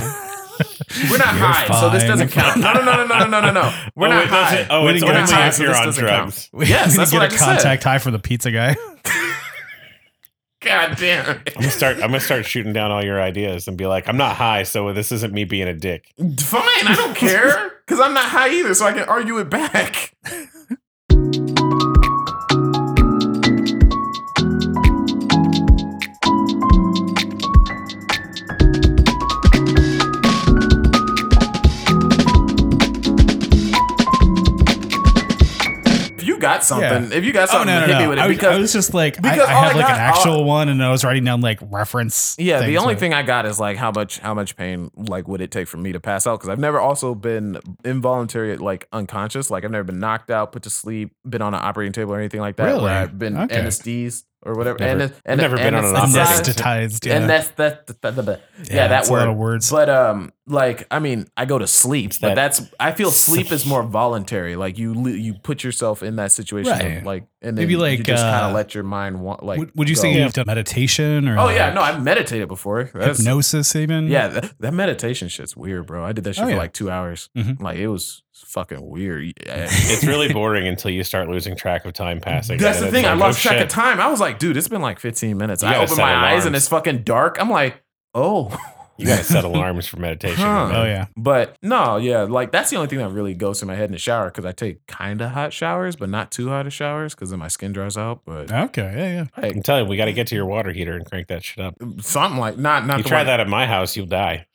[SPEAKER 2] We're not high, so this
[SPEAKER 1] fine.
[SPEAKER 2] doesn't count. No, no, no, no, no, no, no,
[SPEAKER 3] (laughs)
[SPEAKER 2] no. We're
[SPEAKER 3] Oh,
[SPEAKER 2] not
[SPEAKER 3] it
[SPEAKER 2] high.
[SPEAKER 3] doesn't- oh,
[SPEAKER 2] We're
[SPEAKER 3] it's
[SPEAKER 2] not
[SPEAKER 3] only
[SPEAKER 2] high,
[SPEAKER 3] if
[SPEAKER 2] so
[SPEAKER 3] you're
[SPEAKER 2] this
[SPEAKER 3] on
[SPEAKER 2] doesn't
[SPEAKER 3] drugs. (laughs)
[SPEAKER 2] count. Yes,
[SPEAKER 1] I'm
[SPEAKER 2] that's
[SPEAKER 1] gonna
[SPEAKER 2] what I
[SPEAKER 1] get a
[SPEAKER 2] just said.
[SPEAKER 1] contact high for the pizza
[SPEAKER 2] (laughs)
[SPEAKER 1] guy. Oh,
[SPEAKER 2] God damn.
[SPEAKER 3] I'm gonna start. I'm gonna start shooting down all your ideas and be like, I'm not high, so this isn't me being a dick.
[SPEAKER 2] Fine, I don't care. Because I'm not high either, so I can argue it back. If you got something, if you got
[SPEAKER 1] Oh
[SPEAKER 2] something,
[SPEAKER 1] no, no,
[SPEAKER 2] hit me
[SPEAKER 1] no!
[SPEAKER 2] with it.
[SPEAKER 1] I, was,
[SPEAKER 2] because
[SPEAKER 1] I was just like, I, I
[SPEAKER 2] because oh all
[SPEAKER 1] had
[SPEAKER 2] I
[SPEAKER 1] like an
[SPEAKER 2] got-
[SPEAKER 1] actual one, and I was writing down like reference.
[SPEAKER 2] Yeah, the
[SPEAKER 1] things
[SPEAKER 2] only
[SPEAKER 1] with it.
[SPEAKER 2] thing I got is like how much how much pain like would it take for me to pass out? Because I've never also been involuntary like unconscious. Like I've never been knocked out, put to sleep, been on an operating table or anything like that.
[SPEAKER 1] Really?
[SPEAKER 2] Where I've been
[SPEAKER 1] Okay.
[SPEAKER 2] anesthes or whatever.
[SPEAKER 3] Never-
[SPEAKER 2] Anes-
[SPEAKER 3] I've never been on an operating
[SPEAKER 2] anesthetized.
[SPEAKER 3] table.
[SPEAKER 1] anesthetized. (laughs) Yeah,
[SPEAKER 2] And that's that, that, that, that, that- yeah, that
[SPEAKER 1] that's a lot
[SPEAKER 2] word.
[SPEAKER 1] of words.
[SPEAKER 2] But um, like I mean, I go to sleep,
[SPEAKER 3] that-
[SPEAKER 2] but that's I feel sleep is more voluntary. Like you li- you put yourself in that situation, of,
[SPEAKER 1] Right.
[SPEAKER 2] like and then
[SPEAKER 1] Maybe
[SPEAKER 2] you
[SPEAKER 1] like,
[SPEAKER 2] just kind
[SPEAKER 1] uh,
[SPEAKER 2] of let your mind want like.
[SPEAKER 1] would, would you
[SPEAKER 2] go.
[SPEAKER 1] say you've done meditation or?
[SPEAKER 2] Oh
[SPEAKER 1] like,
[SPEAKER 2] yeah, no, I've meditated before. That's,
[SPEAKER 1] hypnosis even.
[SPEAKER 2] yeah, that, that meditation shit's weird, bro. I did that shit
[SPEAKER 1] Oh,
[SPEAKER 2] for
[SPEAKER 1] yeah.
[SPEAKER 2] like two hours.
[SPEAKER 3] Mm-hmm.
[SPEAKER 1] Mhm.
[SPEAKER 2] Like it was fucking weird. eh,
[SPEAKER 3] (laughs)
[SPEAKER 2] Yeah. (laughs)
[SPEAKER 3] It's really boring until you start losing track of time passing.
[SPEAKER 2] That's
[SPEAKER 3] And
[SPEAKER 2] the
[SPEAKER 3] it's
[SPEAKER 2] thing. I
[SPEAKER 3] like,
[SPEAKER 2] lost
[SPEAKER 3] oh,
[SPEAKER 2] track of
[SPEAKER 3] shit.
[SPEAKER 2] time. I was like, dude, it's been like 15 minutes.
[SPEAKER 3] You
[SPEAKER 2] I
[SPEAKER 3] gotta
[SPEAKER 2] open
[SPEAKER 3] set
[SPEAKER 2] my eyes and
[SPEAKER 3] alarms.
[SPEAKER 2] it's fucking dark. I'm like, oh. (laughs)
[SPEAKER 3] You gotta set alarms for meditation.
[SPEAKER 2] Huh.
[SPEAKER 3] man.
[SPEAKER 1] Oh yeah.
[SPEAKER 2] But no, yeah, like that's the only thing that really goes through my head in the shower because I take kind of hot showers, but not too hot of showers because then my skin dries out.
[SPEAKER 3] Uh,
[SPEAKER 2] But
[SPEAKER 1] Okay. Yeah. Yeah.
[SPEAKER 3] I'm telling you, we got to get to your water heater and crank that shit up.
[SPEAKER 2] something like not not
[SPEAKER 3] You
[SPEAKER 2] the
[SPEAKER 3] try
[SPEAKER 2] one-
[SPEAKER 3] that at my house, you'll die.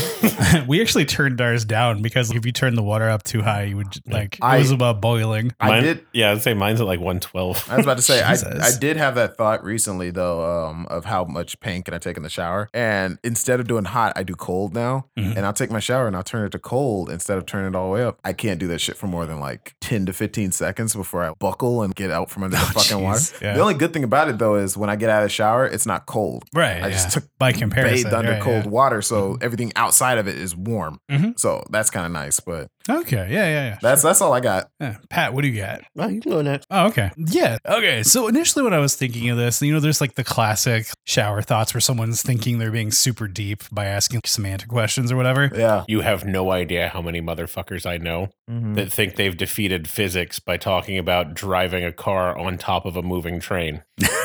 [SPEAKER 1] (laughs) we actually turned ours down because if you turned the water up too high, you would j- like
[SPEAKER 2] I-
[SPEAKER 1] it was about boiling. (laughs)
[SPEAKER 2] I
[SPEAKER 3] Mine-
[SPEAKER 2] did.
[SPEAKER 3] Yeah, I'd say mine's at like 112.
[SPEAKER 2] I was about to say, I, I
[SPEAKER 1] Jesus.
[SPEAKER 2] did have that thought recently though, um, of how much pain can I take in the shower? And instead of doing hot, I do cold now.
[SPEAKER 1] Mhm.
[SPEAKER 2] And I'll take my shower and I'll turn it to cold instead of turning it all the way up. I can't do that shit for more than like 10 to 15 seconds before I buckle and get out from
[SPEAKER 1] (laughs)
[SPEAKER 2] under the fucking water.
[SPEAKER 1] Oh, jeez. Yeah.
[SPEAKER 2] The only good thing about it though is when I get out of the shower, it's not cold.
[SPEAKER 1] Right.
[SPEAKER 2] I just took
[SPEAKER 1] by comparison. Mm-hmm.
[SPEAKER 2] bathed under
[SPEAKER 1] right,
[SPEAKER 2] cold water, so everything outside of it is warm.
[SPEAKER 1] Mhm.
[SPEAKER 2] So that's kind of nice. But
[SPEAKER 1] yeah. Okay. Yeah. Yeah. Yeah.
[SPEAKER 2] that's that's all I got.
[SPEAKER 1] yeah. Pat, what do you got?
[SPEAKER 4] Oh, you blowing that.
[SPEAKER 1] Oh, okay. Yeah. Okay. So initially, when I was thinking of this, you know, there's like the classic shower thoughts where someone's thinking they're being super deep by asking semantic questions or whatever. (laughs)
[SPEAKER 2] Yeah.
[SPEAKER 3] You have no idea how many motherfuckers I know
[SPEAKER 1] Mm-hmm.
[SPEAKER 3] that think they've defeated physics by talking about driving a car on top of a moving train.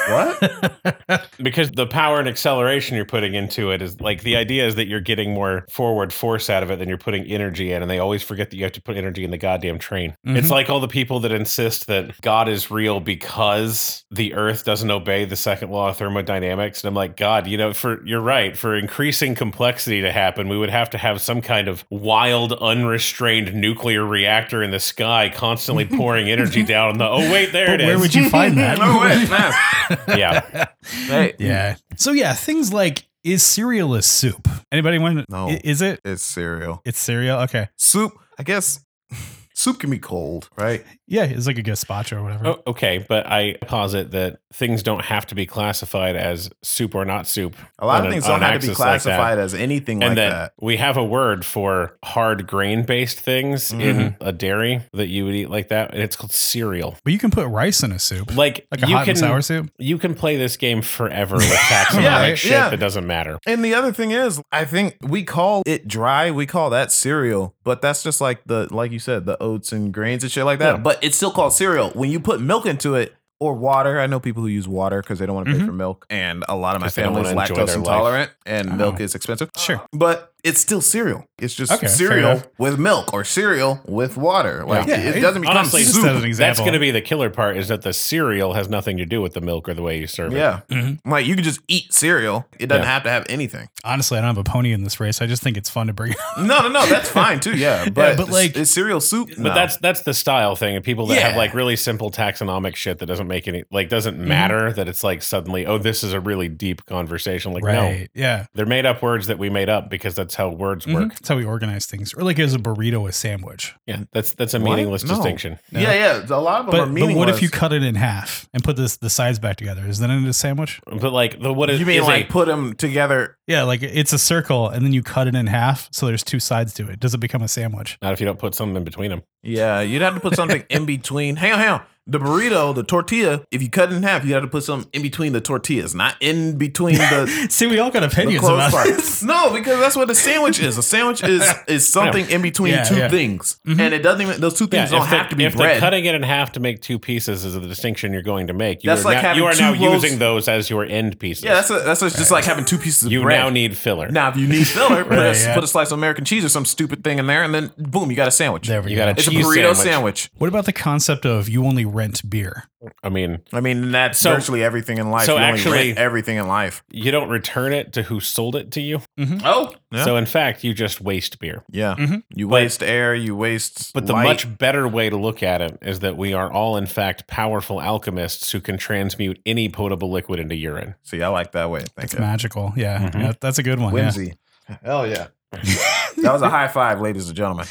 [SPEAKER 2] What?
[SPEAKER 3] Because the power and acceleration you're putting into it is like the idea is that you're getting more forward force out of it than you're putting energy in. And they always forget that you have to put energy in the goddamn train. It's
[SPEAKER 1] Mhm.
[SPEAKER 3] like all the people that insist that God is real because the earth doesn't obey the second law of thermodynamics. And I'm like, God, you know, for you're right. For increasing complexity to happen, we would have to have some kind of wild, unrestrained nuclear reactor in the sky
[SPEAKER 1] (laughs)
[SPEAKER 3] constantly pouring energy down the oh wait, there
[SPEAKER 1] But
[SPEAKER 3] it is.
[SPEAKER 1] where would you find that?
[SPEAKER 2] (laughs) no way.
[SPEAKER 1] (laughs)
[SPEAKER 2] Man.
[SPEAKER 3] yeah.
[SPEAKER 2] Hey.
[SPEAKER 1] Yeah. So yeah, things like is cereal a soup? Anybody want?
[SPEAKER 2] No.
[SPEAKER 1] i- Is it?
[SPEAKER 2] It's cereal.
[SPEAKER 1] It's cereal. Okay.
[SPEAKER 2] Soup, I guess (laughs) soup can be cold, right?
[SPEAKER 1] Yeah, it's like a gazpacho or whatever.
[SPEAKER 3] Oh, okay, but I posit that things don't have to be classified as soup or not soup.
[SPEAKER 2] A lot
[SPEAKER 3] on
[SPEAKER 2] of
[SPEAKER 3] an-
[SPEAKER 2] things
[SPEAKER 3] on
[SPEAKER 2] don't
[SPEAKER 3] an
[SPEAKER 2] have to be
[SPEAKER 3] axis like that.
[SPEAKER 2] classified as anything like
[SPEAKER 3] and then
[SPEAKER 2] that.
[SPEAKER 3] we have a word for hard grain based things
[SPEAKER 2] Mm-hmm.
[SPEAKER 3] in a dairy that you would eat like that, and it's called cereal.
[SPEAKER 1] But you can put rice in a soup,
[SPEAKER 3] Like,
[SPEAKER 1] like a
[SPEAKER 3] you
[SPEAKER 1] hot
[SPEAKER 3] can
[SPEAKER 1] and sour soup.
[SPEAKER 3] you can play this game forever
[SPEAKER 2] (laughs)
[SPEAKER 3] with taxonomic
[SPEAKER 2] Yeah,
[SPEAKER 3] shit
[SPEAKER 2] yeah.
[SPEAKER 3] that doesn't matter.
[SPEAKER 2] And the other thing is, I think we call it dry, we call that cereal, but that's just like the like you said, the oats and grains and shit like that. But it's still called cereal. When you put milk into it or water, I know people who use water because they don't want to pay for milk. And a lot of my
[SPEAKER 3] 'Cause Mm-hmm. they don't
[SPEAKER 2] family's
[SPEAKER 3] wanna enjoy Oh.
[SPEAKER 2] lactose
[SPEAKER 3] their life.
[SPEAKER 2] intolerant and milk is expensive.
[SPEAKER 1] Sure.
[SPEAKER 2] But It's still cereal. It's just
[SPEAKER 1] Okay, fair
[SPEAKER 2] cereal
[SPEAKER 1] enough.
[SPEAKER 2] with milk or cereal with water. Like
[SPEAKER 1] Yeah,
[SPEAKER 2] it
[SPEAKER 1] it-
[SPEAKER 2] doesn't become
[SPEAKER 3] honestly,
[SPEAKER 1] Just
[SPEAKER 2] soup.
[SPEAKER 1] as an
[SPEAKER 3] That's
[SPEAKER 1] example.
[SPEAKER 3] going to be the killer part is that the cereal has nothing to do with the milk or the way you serve it.
[SPEAKER 2] Yeah.
[SPEAKER 1] Mhm.
[SPEAKER 2] Like you can just eat cereal. It doesn't
[SPEAKER 3] Mm-hmm. Yeah.
[SPEAKER 2] have to have anything.
[SPEAKER 1] Honestly, I don't have a pony in this race. I just think it's fun to bring.
[SPEAKER 2] No, no, no. That's fine too.
[SPEAKER 3] (laughs)
[SPEAKER 2] Yeah. But,
[SPEAKER 1] but, like-
[SPEAKER 2] it's cereal soup.
[SPEAKER 3] But that's that's the style thing of people that have
[SPEAKER 2] Yeah. Mm-hmm.
[SPEAKER 3] like really simple taxonomic shit that doesn't make any like doesn't matter that it's like suddenly oh this is a really deep conversation like no
[SPEAKER 1] right. Yeah.
[SPEAKER 3] they're made up words that we made up because that's how words
[SPEAKER 2] Mm-hmm.
[SPEAKER 1] Mhm.
[SPEAKER 3] work
[SPEAKER 1] That's how we organize things. Or like as a burrito, a sandwich.
[SPEAKER 3] yeah that's that's a
[SPEAKER 2] What?
[SPEAKER 3] meaningless
[SPEAKER 2] No.
[SPEAKER 3] distinction
[SPEAKER 2] yeah, yeah. A lot of them are
[SPEAKER 1] But, but
[SPEAKER 2] meaningless.
[SPEAKER 1] what if you cut it in half and put this the sides back together? Is that in a sandwich?
[SPEAKER 3] but like the what is
[SPEAKER 2] You mean
[SPEAKER 3] is a-
[SPEAKER 2] like put them together?
[SPEAKER 1] Yeah, like it's a circle and then you cut it in half, so there's two sides to it. Does it become a sandwich? (laughs)
[SPEAKER 3] not if you don't put something in between them
[SPEAKER 2] Yeah, you'd have to put something in between. Hang on, hang on. The burrito, the tortilla. If you cut it in half, you have to put something in between the tortillas, not in between the
[SPEAKER 3] (laughs)
[SPEAKER 1] See, we all got
[SPEAKER 2] the
[SPEAKER 1] opinions
[SPEAKER 2] closed
[SPEAKER 1] about
[SPEAKER 2] part.
[SPEAKER 1] this.
[SPEAKER 2] No, because that's what a sandwich is. A sandwich
[SPEAKER 3] (laughs)
[SPEAKER 2] is is something in between
[SPEAKER 1] Yeah,
[SPEAKER 2] two
[SPEAKER 1] yeah.
[SPEAKER 2] things, and it doesn't even those two things don't
[SPEAKER 3] Mm-hmm. if the-
[SPEAKER 2] have to be
[SPEAKER 3] if
[SPEAKER 2] bread.
[SPEAKER 3] the cutting it in half to make two pieces is the distinction you're going to make you
[SPEAKER 2] That's
[SPEAKER 3] are
[SPEAKER 2] like
[SPEAKER 3] now, you are
[SPEAKER 2] having
[SPEAKER 3] now
[SPEAKER 2] two rolls-
[SPEAKER 3] using those as your end pieces
[SPEAKER 2] yeah, that's a, that's a- just like having two pieces of
[SPEAKER 3] you
[SPEAKER 2] bread.
[SPEAKER 3] now need filler
[SPEAKER 2] now, if you need filler,
[SPEAKER 1] (laughs)
[SPEAKER 2] put,
[SPEAKER 1] Right,
[SPEAKER 2] a,
[SPEAKER 1] yeah.
[SPEAKER 2] put a slice of American cheese or some stupid thing in there, and then boom, you got a sandwich.
[SPEAKER 1] There we
[SPEAKER 3] (laughs) you
[SPEAKER 1] go.
[SPEAKER 3] got a
[SPEAKER 2] it's a
[SPEAKER 3] cheese
[SPEAKER 2] burrito
[SPEAKER 3] sandwich.
[SPEAKER 2] sandwich.
[SPEAKER 1] What about the concept of you only rent beer?
[SPEAKER 3] I mean
[SPEAKER 2] I mean, that's
[SPEAKER 3] So-
[SPEAKER 2] virtually everything in life.
[SPEAKER 3] so
[SPEAKER 2] You only
[SPEAKER 3] actually-
[SPEAKER 2] rate everything in life.
[SPEAKER 3] you don't return it to who sold it to you
[SPEAKER 2] Oh,
[SPEAKER 3] So in fact, you just waste beer.
[SPEAKER 2] Yeah.
[SPEAKER 1] Mhm.
[SPEAKER 2] You
[SPEAKER 3] But-
[SPEAKER 2] waste air, you waste
[SPEAKER 3] But the
[SPEAKER 2] light.
[SPEAKER 3] much better way to look at it is that we are all in fact powerful alchemists who can transmute any potable liquid into urine.
[SPEAKER 2] See, I like that way. Thank
[SPEAKER 1] It's
[SPEAKER 2] you.
[SPEAKER 1] magical. Yeah,
[SPEAKER 3] Mhm.
[SPEAKER 1] Yeah, that's a good one. Yeah.
[SPEAKER 2] Whimsy. Hell yeah. that was a high five, ladies and gentlemen.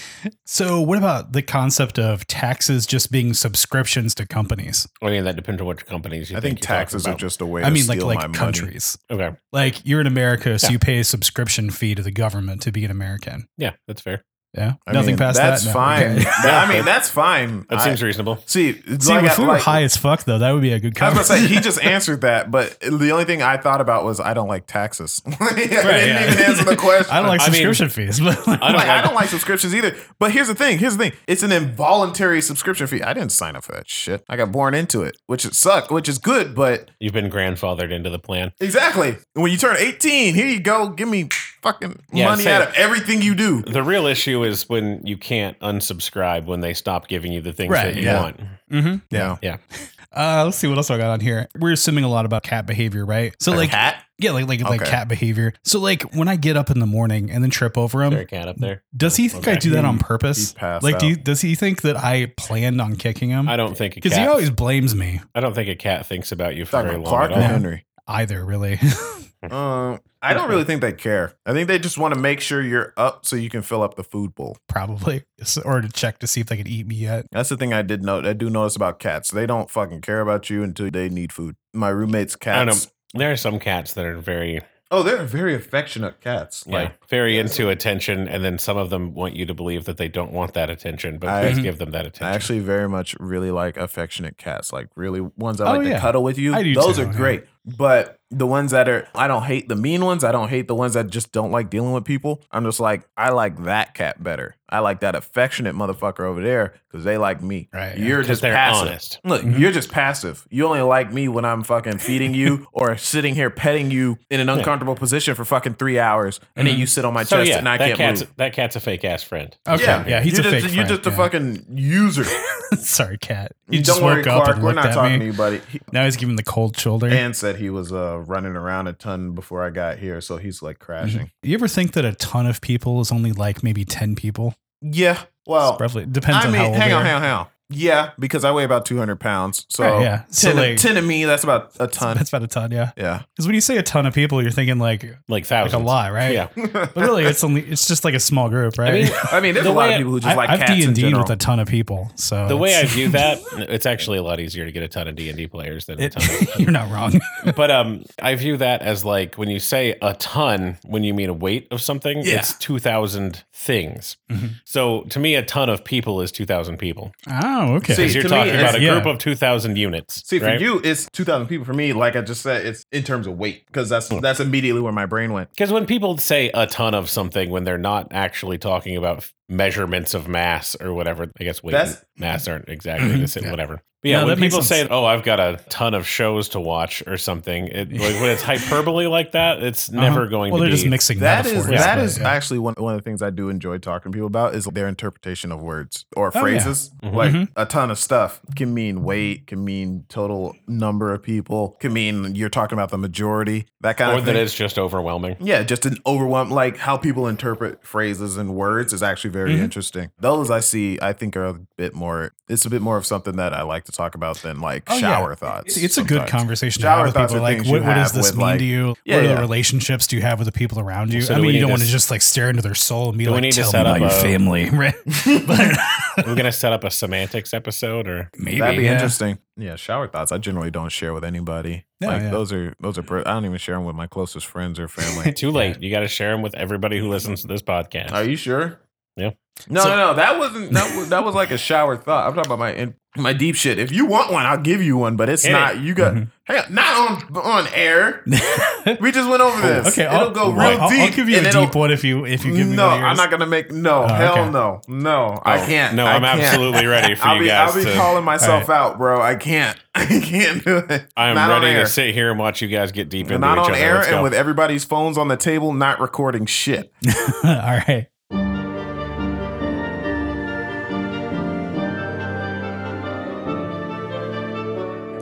[SPEAKER 1] So, what about the concept of taxes just being subscriptions to companies?
[SPEAKER 3] I mean, that depends on which companies you
[SPEAKER 2] I think
[SPEAKER 3] you're talking
[SPEAKER 2] taxes are
[SPEAKER 3] about.
[SPEAKER 2] just a way
[SPEAKER 1] I
[SPEAKER 2] to
[SPEAKER 1] mean, like
[SPEAKER 2] steal
[SPEAKER 1] like
[SPEAKER 2] my money.
[SPEAKER 1] countries.
[SPEAKER 3] okay.
[SPEAKER 1] Like you're in America, so
[SPEAKER 3] Yeah.
[SPEAKER 1] you pay a subscription fee to the government to be an American.
[SPEAKER 3] Yeah, that's fair.
[SPEAKER 1] Yeah,
[SPEAKER 2] I
[SPEAKER 1] nothing
[SPEAKER 2] mean,
[SPEAKER 1] past
[SPEAKER 2] that's
[SPEAKER 1] that. No,
[SPEAKER 2] fine.
[SPEAKER 1] okay.
[SPEAKER 2] That- I mean, that's fine.
[SPEAKER 3] That
[SPEAKER 2] I-
[SPEAKER 3] seems reasonable.
[SPEAKER 2] see, it's
[SPEAKER 1] (laughs) See,
[SPEAKER 2] like
[SPEAKER 1] if
[SPEAKER 2] I-
[SPEAKER 1] we were
[SPEAKER 2] like-
[SPEAKER 1] high as fuck, though, that would be a good
[SPEAKER 2] I was
[SPEAKER 1] conversation.
[SPEAKER 2] gonna say
[SPEAKER 1] (laughs)
[SPEAKER 2] he just answered that, but the only thing I thought about was I don't like taxes. (laughs) I didn't
[SPEAKER 1] yeah.
[SPEAKER 2] even answer the question.
[SPEAKER 1] (laughs) I don't like
[SPEAKER 3] I mean-
[SPEAKER 1] subscription fees, but
[SPEAKER 3] I don't
[SPEAKER 2] like, (laughs)
[SPEAKER 3] like-
[SPEAKER 2] I don't like subscriptions either. But here's the thing. Here's the thing. It's an involuntary subscription fee. I didn't sign up for that shit. I got born into it, which it sucked, which is good. But
[SPEAKER 3] You've been grandfathered into the plan.
[SPEAKER 2] exactly when you turn 18, here you go. Give me fucking
[SPEAKER 3] Yeah,
[SPEAKER 2] money
[SPEAKER 3] same.
[SPEAKER 2] out of everything you do.
[SPEAKER 3] The real issue is when you can't unsubscribe when they stop giving you the things
[SPEAKER 1] Right,
[SPEAKER 3] that you
[SPEAKER 2] yeah. Um,
[SPEAKER 3] want.
[SPEAKER 1] Mhm.
[SPEAKER 2] Yeah.
[SPEAKER 3] Yeah.
[SPEAKER 1] Uh, let's see what else I got on here. We're assuming a lot about cat behavior, right? So like,
[SPEAKER 2] hat.
[SPEAKER 1] yeah, like like like
[SPEAKER 2] Okay.
[SPEAKER 1] cat behavior. So like, when I get up in the morning and then trip over him,
[SPEAKER 3] Is there a cat up there?
[SPEAKER 1] does he think I
[SPEAKER 3] Okay.
[SPEAKER 1] do that on
[SPEAKER 2] He-
[SPEAKER 1] purpose?
[SPEAKER 2] he passed
[SPEAKER 1] Like, do you,
[SPEAKER 2] out.
[SPEAKER 1] does he think that I planned on kicking him?
[SPEAKER 3] I
[SPEAKER 2] mm,
[SPEAKER 3] don't think a
[SPEAKER 1] Because he
[SPEAKER 3] cat.
[SPEAKER 1] always blames me.
[SPEAKER 3] I don't think a cat thinks about you for
[SPEAKER 2] Talking
[SPEAKER 3] very
[SPEAKER 2] about
[SPEAKER 3] long
[SPEAKER 2] Clark
[SPEAKER 3] at all.
[SPEAKER 2] or Henry.
[SPEAKER 1] Either really. (laughs)
[SPEAKER 2] Um, I don't really think they care. I think they just want to make sure you're up so you can fill up the food bowl.
[SPEAKER 1] probably (laughs) Yes, or to check to see if they could eat me yet
[SPEAKER 2] That's the thing I did note. I do notice about cats. They don't fucking care about you until they need food. My roommate's
[SPEAKER 3] I don't
[SPEAKER 1] um,
[SPEAKER 2] cats.
[SPEAKER 3] know. There are some cats that are very
[SPEAKER 2] Oh, they're very affectionate cats. Like
[SPEAKER 3] like very into attention and then some of them want you to believe that they don't want that attention but
[SPEAKER 2] I-
[SPEAKER 3] please
[SPEAKER 1] Mhm.
[SPEAKER 3] give them that attention
[SPEAKER 2] I actually very much really like affectionate cats, like really ones I
[SPEAKER 1] Oh,
[SPEAKER 2] like
[SPEAKER 1] yeah.
[SPEAKER 2] to cuddle with you.
[SPEAKER 1] I do
[SPEAKER 2] Those
[SPEAKER 1] too, Oh,
[SPEAKER 2] are
[SPEAKER 1] yeah.
[SPEAKER 2] great. But the ones that are, I don't hate the mean ones. I don't hate the ones that just don't like dealing with people. I'm just like, I like that cat better. I like that affectionate motherfucker over there because they like me.
[SPEAKER 1] Right, yeah.
[SPEAKER 2] You're
[SPEAKER 3] 'Cause
[SPEAKER 2] just
[SPEAKER 3] they're
[SPEAKER 2] passive.
[SPEAKER 3] honest.
[SPEAKER 2] Look,
[SPEAKER 1] Mm-hmm.
[SPEAKER 2] you're just passive. You only like me when I'm fucking
[SPEAKER 1] (laughs)
[SPEAKER 2] feeding you or sitting here petting you in an uncomfortable position for fucking three hours, and
[SPEAKER 1] Mm-hmm.
[SPEAKER 2] then you sit on my
[SPEAKER 3] so
[SPEAKER 2] chest
[SPEAKER 3] yeah
[SPEAKER 2] and I
[SPEAKER 3] that
[SPEAKER 2] can't
[SPEAKER 3] cat's
[SPEAKER 2] move.
[SPEAKER 3] that cat's a fake ass friend
[SPEAKER 1] okay yeah, he's
[SPEAKER 2] you're
[SPEAKER 1] a
[SPEAKER 2] just,
[SPEAKER 1] fake
[SPEAKER 2] You're
[SPEAKER 1] friend,
[SPEAKER 2] just a
[SPEAKER 1] yeah.
[SPEAKER 2] fucking
[SPEAKER 1] (laughs)
[SPEAKER 2] user.
[SPEAKER 1] sorry cat
[SPEAKER 2] You
[SPEAKER 1] you just
[SPEAKER 2] don't worry,
[SPEAKER 1] woke up
[SPEAKER 2] Clark.
[SPEAKER 1] and
[SPEAKER 2] We're
[SPEAKER 1] looked
[SPEAKER 2] not
[SPEAKER 1] at
[SPEAKER 2] talking
[SPEAKER 1] me.
[SPEAKER 2] to you, buddy. He,
[SPEAKER 1] now he's giving the cold shoulder
[SPEAKER 2] and said he was uh, running around a ton before I got here, so he's like
[SPEAKER 1] Mm-hmm.
[SPEAKER 2] crashing.
[SPEAKER 1] you ever think that a ton of people is only like maybe 10 people
[SPEAKER 2] Yeah. Well,
[SPEAKER 1] It's roughly depends
[SPEAKER 2] I
[SPEAKER 1] on
[SPEAKER 2] mean,
[SPEAKER 1] how old
[SPEAKER 2] hang
[SPEAKER 1] they
[SPEAKER 2] on,
[SPEAKER 1] are.
[SPEAKER 2] hang on, hang on. Yeah, because I weigh about 200 pounds. So,
[SPEAKER 1] Right, yeah.
[SPEAKER 2] 10,
[SPEAKER 1] So, like-
[SPEAKER 2] 10 of me, that's about a ton.
[SPEAKER 1] that's about a ton yeah
[SPEAKER 2] Yeah.
[SPEAKER 1] because when you say a ton of people you're thinking like
[SPEAKER 3] like
[SPEAKER 1] like
[SPEAKER 3] thousands
[SPEAKER 1] a lot right
[SPEAKER 3] yeah
[SPEAKER 1] but really it's only it's just like a small group right
[SPEAKER 3] I mean,
[SPEAKER 2] I mean, there's
[SPEAKER 3] The
[SPEAKER 2] a lot
[SPEAKER 3] way
[SPEAKER 2] of
[SPEAKER 3] I-
[SPEAKER 2] people who just
[SPEAKER 1] I,
[SPEAKER 2] like
[SPEAKER 1] have
[SPEAKER 2] cats in
[SPEAKER 1] D&D'd
[SPEAKER 2] general.
[SPEAKER 1] with a ton of people so
[SPEAKER 3] the way I
[SPEAKER 1] it's-
[SPEAKER 2] (laughs)
[SPEAKER 3] view that, it's actually a lot easier to get a ton of D and D players than a
[SPEAKER 2] (laughs)
[SPEAKER 3] ton.
[SPEAKER 1] (laughs) it, you're not wrong (laughs)
[SPEAKER 3] but um, I view that as like when you say a ton, when you mean a weight of something,
[SPEAKER 1] Yeah.
[SPEAKER 3] it's two thousand things.
[SPEAKER 1] Mhm.
[SPEAKER 3] So to me, a ton of people is two thousand people
[SPEAKER 1] oh okay
[SPEAKER 2] Mm-hmm. See,
[SPEAKER 3] because you're
[SPEAKER 2] to me,
[SPEAKER 3] talking
[SPEAKER 2] it's-
[SPEAKER 3] about a group
[SPEAKER 1] yeah.
[SPEAKER 3] of two thousand units.
[SPEAKER 2] See, for
[SPEAKER 3] right?
[SPEAKER 2] you, it's 2,000 people. For me, like I just said, it's in terms of weight because that's that's immediately where my brain went.
[SPEAKER 3] Because when people say a ton of something when they're not actually talking about measurements of mass or whatever. I guess weight
[SPEAKER 2] That's- Mm-hmm.
[SPEAKER 3] and mass aren't exactly the same, whatever. But
[SPEAKER 1] Yeah,
[SPEAKER 3] yeah,
[SPEAKER 1] that
[SPEAKER 3] when
[SPEAKER 1] makes
[SPEAKER 3] people say,
[SPEAKER 1] sense.
[SPEAKER 3] "Oh, I've got a ton of shows to watch" or
[SPEAKER 2] (laughs)
[SPEAKER 3] something, it, like when it's hyperbole like that, it's never
[SPEAKER 1] Uh-huh.
[SPEAKER 3] going
[SPEAKER 1] Well,
[SPEAKER 3] to
[SPEAKER 1] they're
[SPEAKER 3] be.
[SPEAKER 1] just mixing
[SPEAKER 2] That
[SPEAKER 1] metaphors,
[SPEAKER 2] is that
[SPEAKER 1] but,
[SPEAKER 2] is
[SPEAKER 1] yeah.
[SPEAKER 2] actually one one of the things I do enjoy talking to people about is their interpretation of words
[SPEAKER 3] Oh,
[SPEAKER 2] or
[SPEAKER 1] yeah.
[SPEAKER 2] phrases.
[SPEAKER 3] Mm-hmm.
[SPEAKER 2] Like
[SPEAKER 1] Mhm.
[SPEAKER 2] a ton of stuff can mean weight, can mean total number of people, can mean you're talking about the majority. That kind
[SPEAKER 3] or
[SPEAKER 2] of
[SPEAKER 3] that
[SPEAKER 2] thing.
[SPEAKER 3] it's
[SPEAKER 2] (laughs)
[SPEAKER 3] just overwhelming.
[SPEAKER 2] yeah, just an overwhelm. Like how people interpret phrases and words is actually very
[SPEAKER 1] Mm-hmm.
[SPEAKER 2] interesting. Those I see, I think, are a bit more. It's a bit more of something that I like to talk about than like
[SPEAKER 1] Oh, yeah.
[SPEAKER 2] shower thoughts.
[SPEAKER 1] It's, it's a good
[SPEAKER 2] sometimes.
[SPEAKER 1] conversation to
[SPEAKER 2] Shower
[SPEAKER 1] have with
[SPEAKER 2] thoughts
[SPEAKER 1] people.
[SPEAKER 2] are
[SPEAKER 1] Like,
[SPEAKER 2] things
[SPEAKER 1] what,
[SPEAKER 2] you
[SPEAKER 1] what does
[SPEAKER 2] have
[SPEAKER 1] this
[SPEAKER 2] with,
[SPEAKER 1] mean
[SPEAKER 2] like-
[SPEAKER 1] to you?
[SPEAKER 2] Yeah,
[SPEAKER 1] what are
[SPEAKER 2] yeah.
[SPEAKER 1] the relationships do you have with the people around you?
[SPEAKER 3] So
[SPEAKER 1] I
[SPEAKER 3] do
[SPEAKER 1] mean,
[SPEAKER 3] we
[SPEAKER 1] you
[SPEAKER 3] need
[SPEAKER 1] don't want
[SPEAKER 3] to
[SPEAKER 1] to
[SPEAKER 3] s-
[SPEAKER 1] just like stare into their soul and be
[SPEAKER 3] Do we
[SPEAKER 1] like,
[SPEAKER 3] need to
[SPEAKER 1] tell
[SPEAKER 3] set
[SPEAKER 1] me about
[SPEAKER 3] up
[SPEAKER 1] your
[SPEAKER 3] a-
[SPEAKER 1] family. (laughs) right? but
[SPEAKER 3] We're gonna set up a semantics episode, or
[SPEAKER 1] maybe
[SPEAKER 2] That'd be
[SPEAKER 1] yeah.
[SPEAKER 2] interesting. Yeah, shower thoughts. I generally don't share with anybody.
[SPEAKER 1] Yeah,
[SPEAKER 2] like
[SPEAKER 1] yeah.
[SPEAKER 2] those are those are. per- I don't even share them with my closest friends
[SPEAKER 1] (laughs)
[SPEAKER 2] or family.
[SPEAKER 3] too late. You got to share them with everybody who listens to this podcast.
[SPEAKER 2] are you sure?
[SPEAKER 3] Yeah.
[SPEAKER 2] No,
[SPEAKER 1] So-
[SPEAKER 2] no, no. That wasn't. That was that was like a shower thought. I'm talking about my in, my deep shit. If you want one, I'll give you one. But it's
[SPEAKER 3] Hit
[SPEAKER 2] not. You got.
[SPEAKER 1] Mhm.
[SPEAKER 2] Hey, not on on air. we just went over this.
[SPEAKER 1] Okay,
[SPEAKER 2] it'll
[SPEAKER 1] I'll
[SPEAKER 2] go real
[SPEAKER 1] right, I'll-
[SPEAKER 2] deep.
[SPEAKER 1] I'll, give you
[SPEAKER 2] and
[SPEAKER 1] a
[SPEAKER 2] it'll-
[SPEAKER 1] deep one if you if you give me
[SPEAKER 2] no,
[SPEAKER 1] one of
[SPEAKER 2] I'm
[SPEAKER 1] yours.
[SPEAKER 2] not gonna make no.
[SPEAKER 1] Oh,
[SPEAKER 2] hell
[SPEAKER 1] okay.
[SPEAKER 2] no, no. I
[SPEAKER 3] Oh,
[SPEAKER 2] can't.
[SPEAKER 3] No,
[SPEAKER 2] I
[SPEAKER 3] I'm
[SPEAKER 2] can't.
[SPEAKER 3] absolutely ready for
[SPEAKER 2] I'll
[SPEAKER 3] you
[SPEAKER 2] be,
[SPEAKER 3] guys.
[SPEAKER 2] I'll be
[SPEAKER 3] to,
[SPEAKER 2] calling myself out, bro. I can't. (laughs) I can't do it.
[SPEAKER 3] I'm
[SPEAKER 2] Not on
[SPEAKER 3] ready
[SPEAKER 2] air.
[SPEAKER 3] to sit here and watch you guys get deep
[SPEAKER 2] We're
[SPEAKER 3] into
[SPEAKER 2] not
[SPEAKER 3] each
[SPEAKER 2] on
[SPEAKER 3] other.
[SPEAKER 2] air
[SPEAKER 3] Let's
[SPEAKER 2] and
[SPEAKER 3] go.
[SPEAKER 2] with everybody's phones on the table, not recording shit.
[SPEAKER 1] (laughs) All right.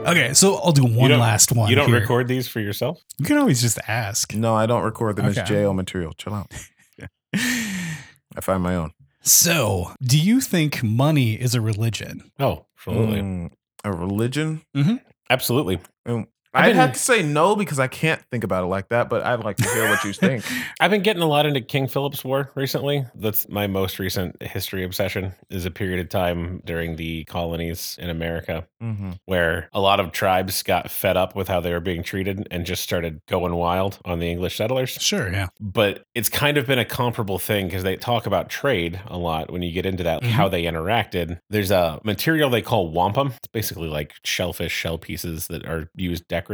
[SPEAKER 1] Okay, so I'll do one
[SPEAKER 3] don't-
[SPEAKER 1] last one.
[SPEAKER 3] you don't
[SPEAKER 1] here.
[SPEAKER 3] record these for yourself.
[SPEAKER 1] You can always just ask.
[SPEAKER 2] No, I don't record the Miss
[SPEAKER 1] Okay.
[SPEAKER 2] JL material. Chill out. I find my own.
[SPEAKER 1] So, do you think money is a religion?
[SPEAKER 3] Oh, absolutely,
[SPEAKER 2] Mm, a religion?
[SPEAKER 3] absolutely.
[SPEAKER 2] Mm,
[SPEAKER 3] I've
[SPEAKER 2] I'd
[SPEAKER 3] been-
[SPEAKER 2] have to say no because I can't think about it like that, but I'd like to hear what you think.
[SPEAKER 3] (laughs) I've been getting a lot into King Philip's War recently. That's my most recent history obsession. Is a period of time during the colonies in America
[SPEAKER 2] mm-hmm.
[SPEAKER 3] where a lot of tribes got fed up with how they were being treated and just started going wild on the English settlers.
[SPEAKER 1] Sure, yeah.
[SPEAKER 3] but it's kind of been a comparable thing because they talk about trade a lot when you get into that, how they interacted. There's a material they call wampum. It's basically like shellfish shell pieces that are used decoratively.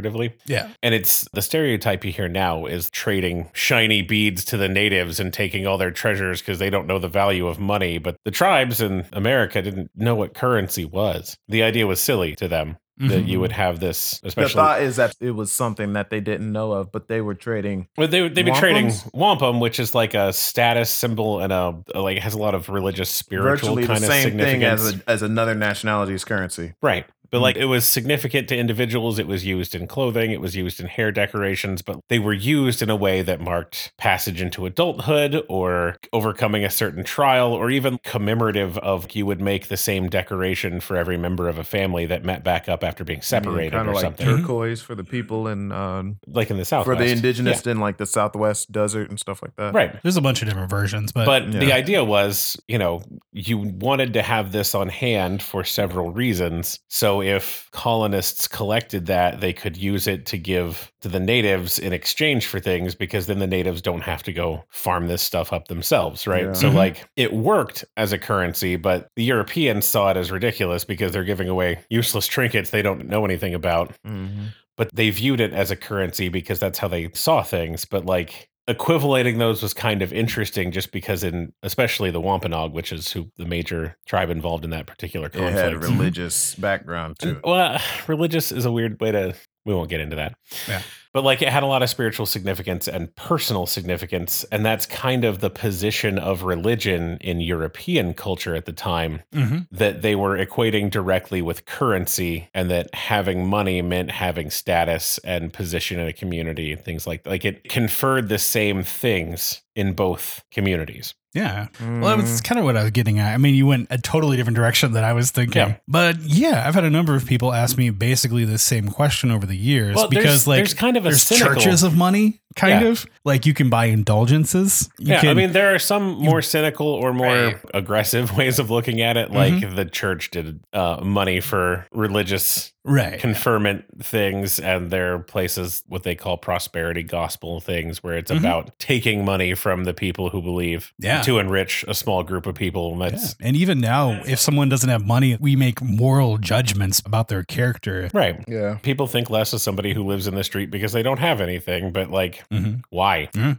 [SPEAKER 1] Yeah.
[SPEAKER 3] And it's the stereotype you hear now is trading shiny beads to the natives and taking all their treasures because they don't know the value of money. But the tribes in America didn't know what currency was. The idea was silly to them that
[SPEAKER 1] Mm-hmm.
[SPEAKER 3] you would have this,
[SPEAKER 2] The
[SPEAKER 3] especially
[SPEAKER 2] thought is that it was something that they didn't know of, but they were trading.
[SPEAKER 3] Well, they they've been trading
[SPEAKER 2] Wampums?
[SPEAKER 3] wampum, which is like a status symbol and a like has a lot of religious spiritual
[SPEAKER 2] Virtually the
[SPEAKER 3] kind of
[SPEAKER 2] same thing
[SPEAKER 3] significance,
[SPEAKER 2] as, a, as another nationality's currency.
[SPEAKER 3] right? But
[SPEAKER 2] Hmm.
[SPEAKER 3] like it was significant to individuals. It was used in clothing. It was used in hair decorations. But they were used in a way that marked passage into adulthood or overcoming a certain trial, or even commemorative of you would make the same decoration for every member of a family that met back up after being separated
[SPEAKER 2] kind of
[SPEAKER 3] or
[SPEAKER 2] Hmm, like
[SPEAKER 3] something,
[SPEAKER 2] turquoise for the people and um,
[SPEAKER 3] like in the south
[SPEAKER 2] for the indigenous in like the Southwest desert and stuff like that.
[SPEAKER 3] right?
[SPEAKER 1] There's a bunch of different versions, but,
[SPEAKER 3] But the
[SPEAKER 2] Yeah.
[SPEAKER 3] idea was, you know, you wanted to have this on hand for several reasons. So if colonists collected that, they could use it to give to the natives in exchange for things because then the natives don't have to go farm this stuff up themselves, right?
[SPEAKER 2] Yeah. Mm-hmm.
[SPEAKER 3] So
[SPEAKER 1] Mhm.
[SPEAKER 3] like it worked as a currency, but the Europeans saw it as ridiculous because they're giving away useless trinkets they don't know anything about
[SPEAKER 2] Mm-hmm.
[SPEAKER 3] but they viewed it as a currency because that's how they saw things. But like equivalating those was kind of interesting just because in especially the Wampanoag, which is who the major tribe involved in that particular
[SPEAKER 2] It had
[SPEAKER 3] conflict. oh,
[SPEAKER 2] religious background to it.
[SPEAKER 3] (clears throat) well, (sighs) religious is a weird way to we won't get into that.
[SPEAKER 1] Yeah.
[SPEAKER 3] But like it had a lot of spiritual significance and personal significance. And that's kind of the position of religion in European culture at the time
[SPEAKER 1] Mhm.
[SPEAKER 3] that they were equating directly with currency and that having money meant having status and position in a community and things like like it conferred the same things in both communities
[SPEAKER 1] yeah. Well,
[SPEAKER 2] Mm-hmm.
[SPEAKER 1] that's kind of what I was getting at. I mean, you went a totally different direction than I was thinking.
[SPEAKER 3] Yeah.
[SPEAKER 1] But yeah, I've had a number of people ask me basically the same question over the years
[SPEAKER 3] Well, there's-
[SPEAKER 1] because like
[SPEAKER 3] there's kind of a
[SPEAKER 1] there's
[SPEAKER 3] cynical-
[SPEAKER 1] churches of money, kind
[SPEAKER 3] Yeah.
[SPEAKER 1] of like you can buy indulgences. You
[SPEAKER 3] yeah i
[SPEAKER 1] can-
[SPEAKER 3] mean there are some more cynical or more
[SPEAKER 1] Right.
[SPEAKER 3] aggressive (laughs) ways of looking at it like
[SPEAKER 1] Mm-hmm.
[SPEAKER 3] the church did uh, money for religious
[SPEAKER 1] right?
[SPEAKER 3] conferment things and their places what they call prosperity gospel things where it's
[SPEAKER 1] Mhm.
[SPEAKER 3] about taking money from the people who believe
[SPEAKER 1] Yeah.
[SPEAKER 3] to enrich a small group of people and
[SPEAKER 1] Yeah.
[SPEAKER 3] that's
[SPEAKER 1] And even now, if someone doesn't have money, we make moral judgments about their character.
[SPEAKER 3] right
[SPEAKER 2] yeah.
[SPEAKER 3] people think less of somebody who lives in the street because they don't have anything but like
[SPEAKER 1] Mhm.
[SPEAKER 3] why
[SPEAKER 1] Mhm.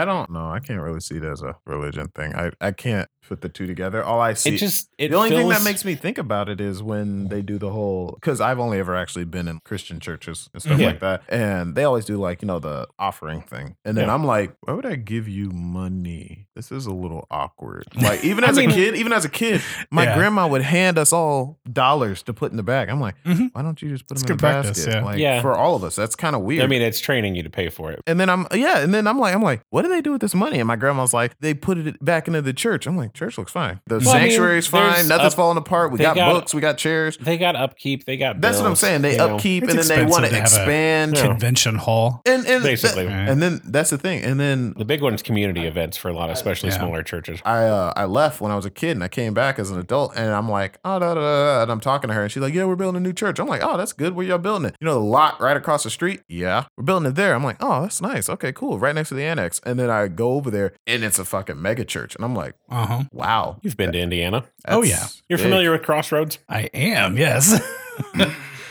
[SPEAKER 2] I don't know. I can't really see it as a religion thing. I, I can't put the two together. All I see
[SPEAKER 3] It just it
[SPEAKER 2] the only thing that
[SPEAKER 3] feels-
[SPEAKER 2] makes me think about it is when they do the whole because I've only ever actually been in Christian churches and stuff
[SPEAKER 3] Yeah.
[SPEAKER 2] like that, and they always do like you know the offering thing, and then
[SPEAKER 3] Yeah.
[SPEAKER 2] I'm like, why would I give you money? This is a little awkward. Like even
[SPEAKER 3] I
[SPEAKER 2] as
[SPEAKER 3] mean-
[SPEAKER 2] a kid, even as a kid, my
[SPEAKER 1] Yeah.
[SPEAKER 2] grandma would hand us all dollars to put in the bag. I'm like,
[SPEAKER 1] Mhm.
[SPEAKER 2] why don't you just put
[SPEAKER 1] It's
[SPEAKER 2] them in
[SPEAKER 1] good
[SPEAKER 2] the
[SPEAKER 1] practice,
[SPEAKER 2] basket?
[SPEAKER 1] yeah.
[SPEAKER 2] Like
[SPEAKER 3] Yeah.
[SPEAKER 2] for all of us, that's kind of weird.
[SPEAKER 3] I mean, it's training you to pay for it.
[SPEAKER 2] And then I'm yeah, and then I'm like I'm like, what do they do with this money? And my grandma's like, they put it back into the church. I'm like, church looks fine. The
[SPEAKER 3] Well, I mean,
[SPEAKER 2] sanctuary's
[SPEAKER 3] there's
[SPEAKER 2] fine. Nothing's
[SPEAKER 3] up-
[SPEAKER 2] falling apart. We
[SPEAKER 3] they
[SPEAKER 2] got,
[SPEAKER 3] got-
[SPEAKER 2] books. We got chairs.
[SPEAKER 3] They got upkeep. They got.
[SPEAKER 2] That's what I'm
[SPEAKER 3] bills,
[SPEAKER 2] saying. They
[SPEAKER 3] you know.
[SPEAKER 2] upkeep
[SPEAKER 1] It's
[SPEAKER 2] and then they
[SPEAKER 1] expensive
[SPEAKER 2] want
[SPEAKER 1] to
[SPEAKER 2] to
[SPEAKER 1] have a
[SPEAKER 2] expand.
[SPEAKER 1] Convention hall.
[SPEAKER 2] And and
[SPEAKER 3] Basically.
[SPEAKER 2] that- and then that's the thing. And then
[SPEAKER 3] The big one's community events for a lot, of especially
[SPEAKER 1] Yeah.
[SPEAKER 3] smaller churches.
[SPEAKER 2] I uh, I left when I was a kid and I came back as an adult and I'm like, oh, da, da, da, da," and I'm talking to her and she's like, yeah, we're building a new church. I'm like, oh, that's good. Where y'all building it? You know, the lot right across the street? Yeah. We're building it there. I'm like, oh, that's nice. Okay, cool. Right next to the annex. And then I go over there and it's a fucking mega church. And I'm like,
[SPEAKER 1] Uh huh.
[SPEAKER 2] wow.
[SPEAKER 3] You've been to Indiana.
[SPEAKER 1] Oh,
[SPEAKER 2] that's
[SPEAKER 1] yeah.
[SPEAKER 3] You're
[SPEAKER 2] big.
[SPEAKER 3] familiar with Crossroads?
[SPEAKER 1] I am. (laughs) Yes.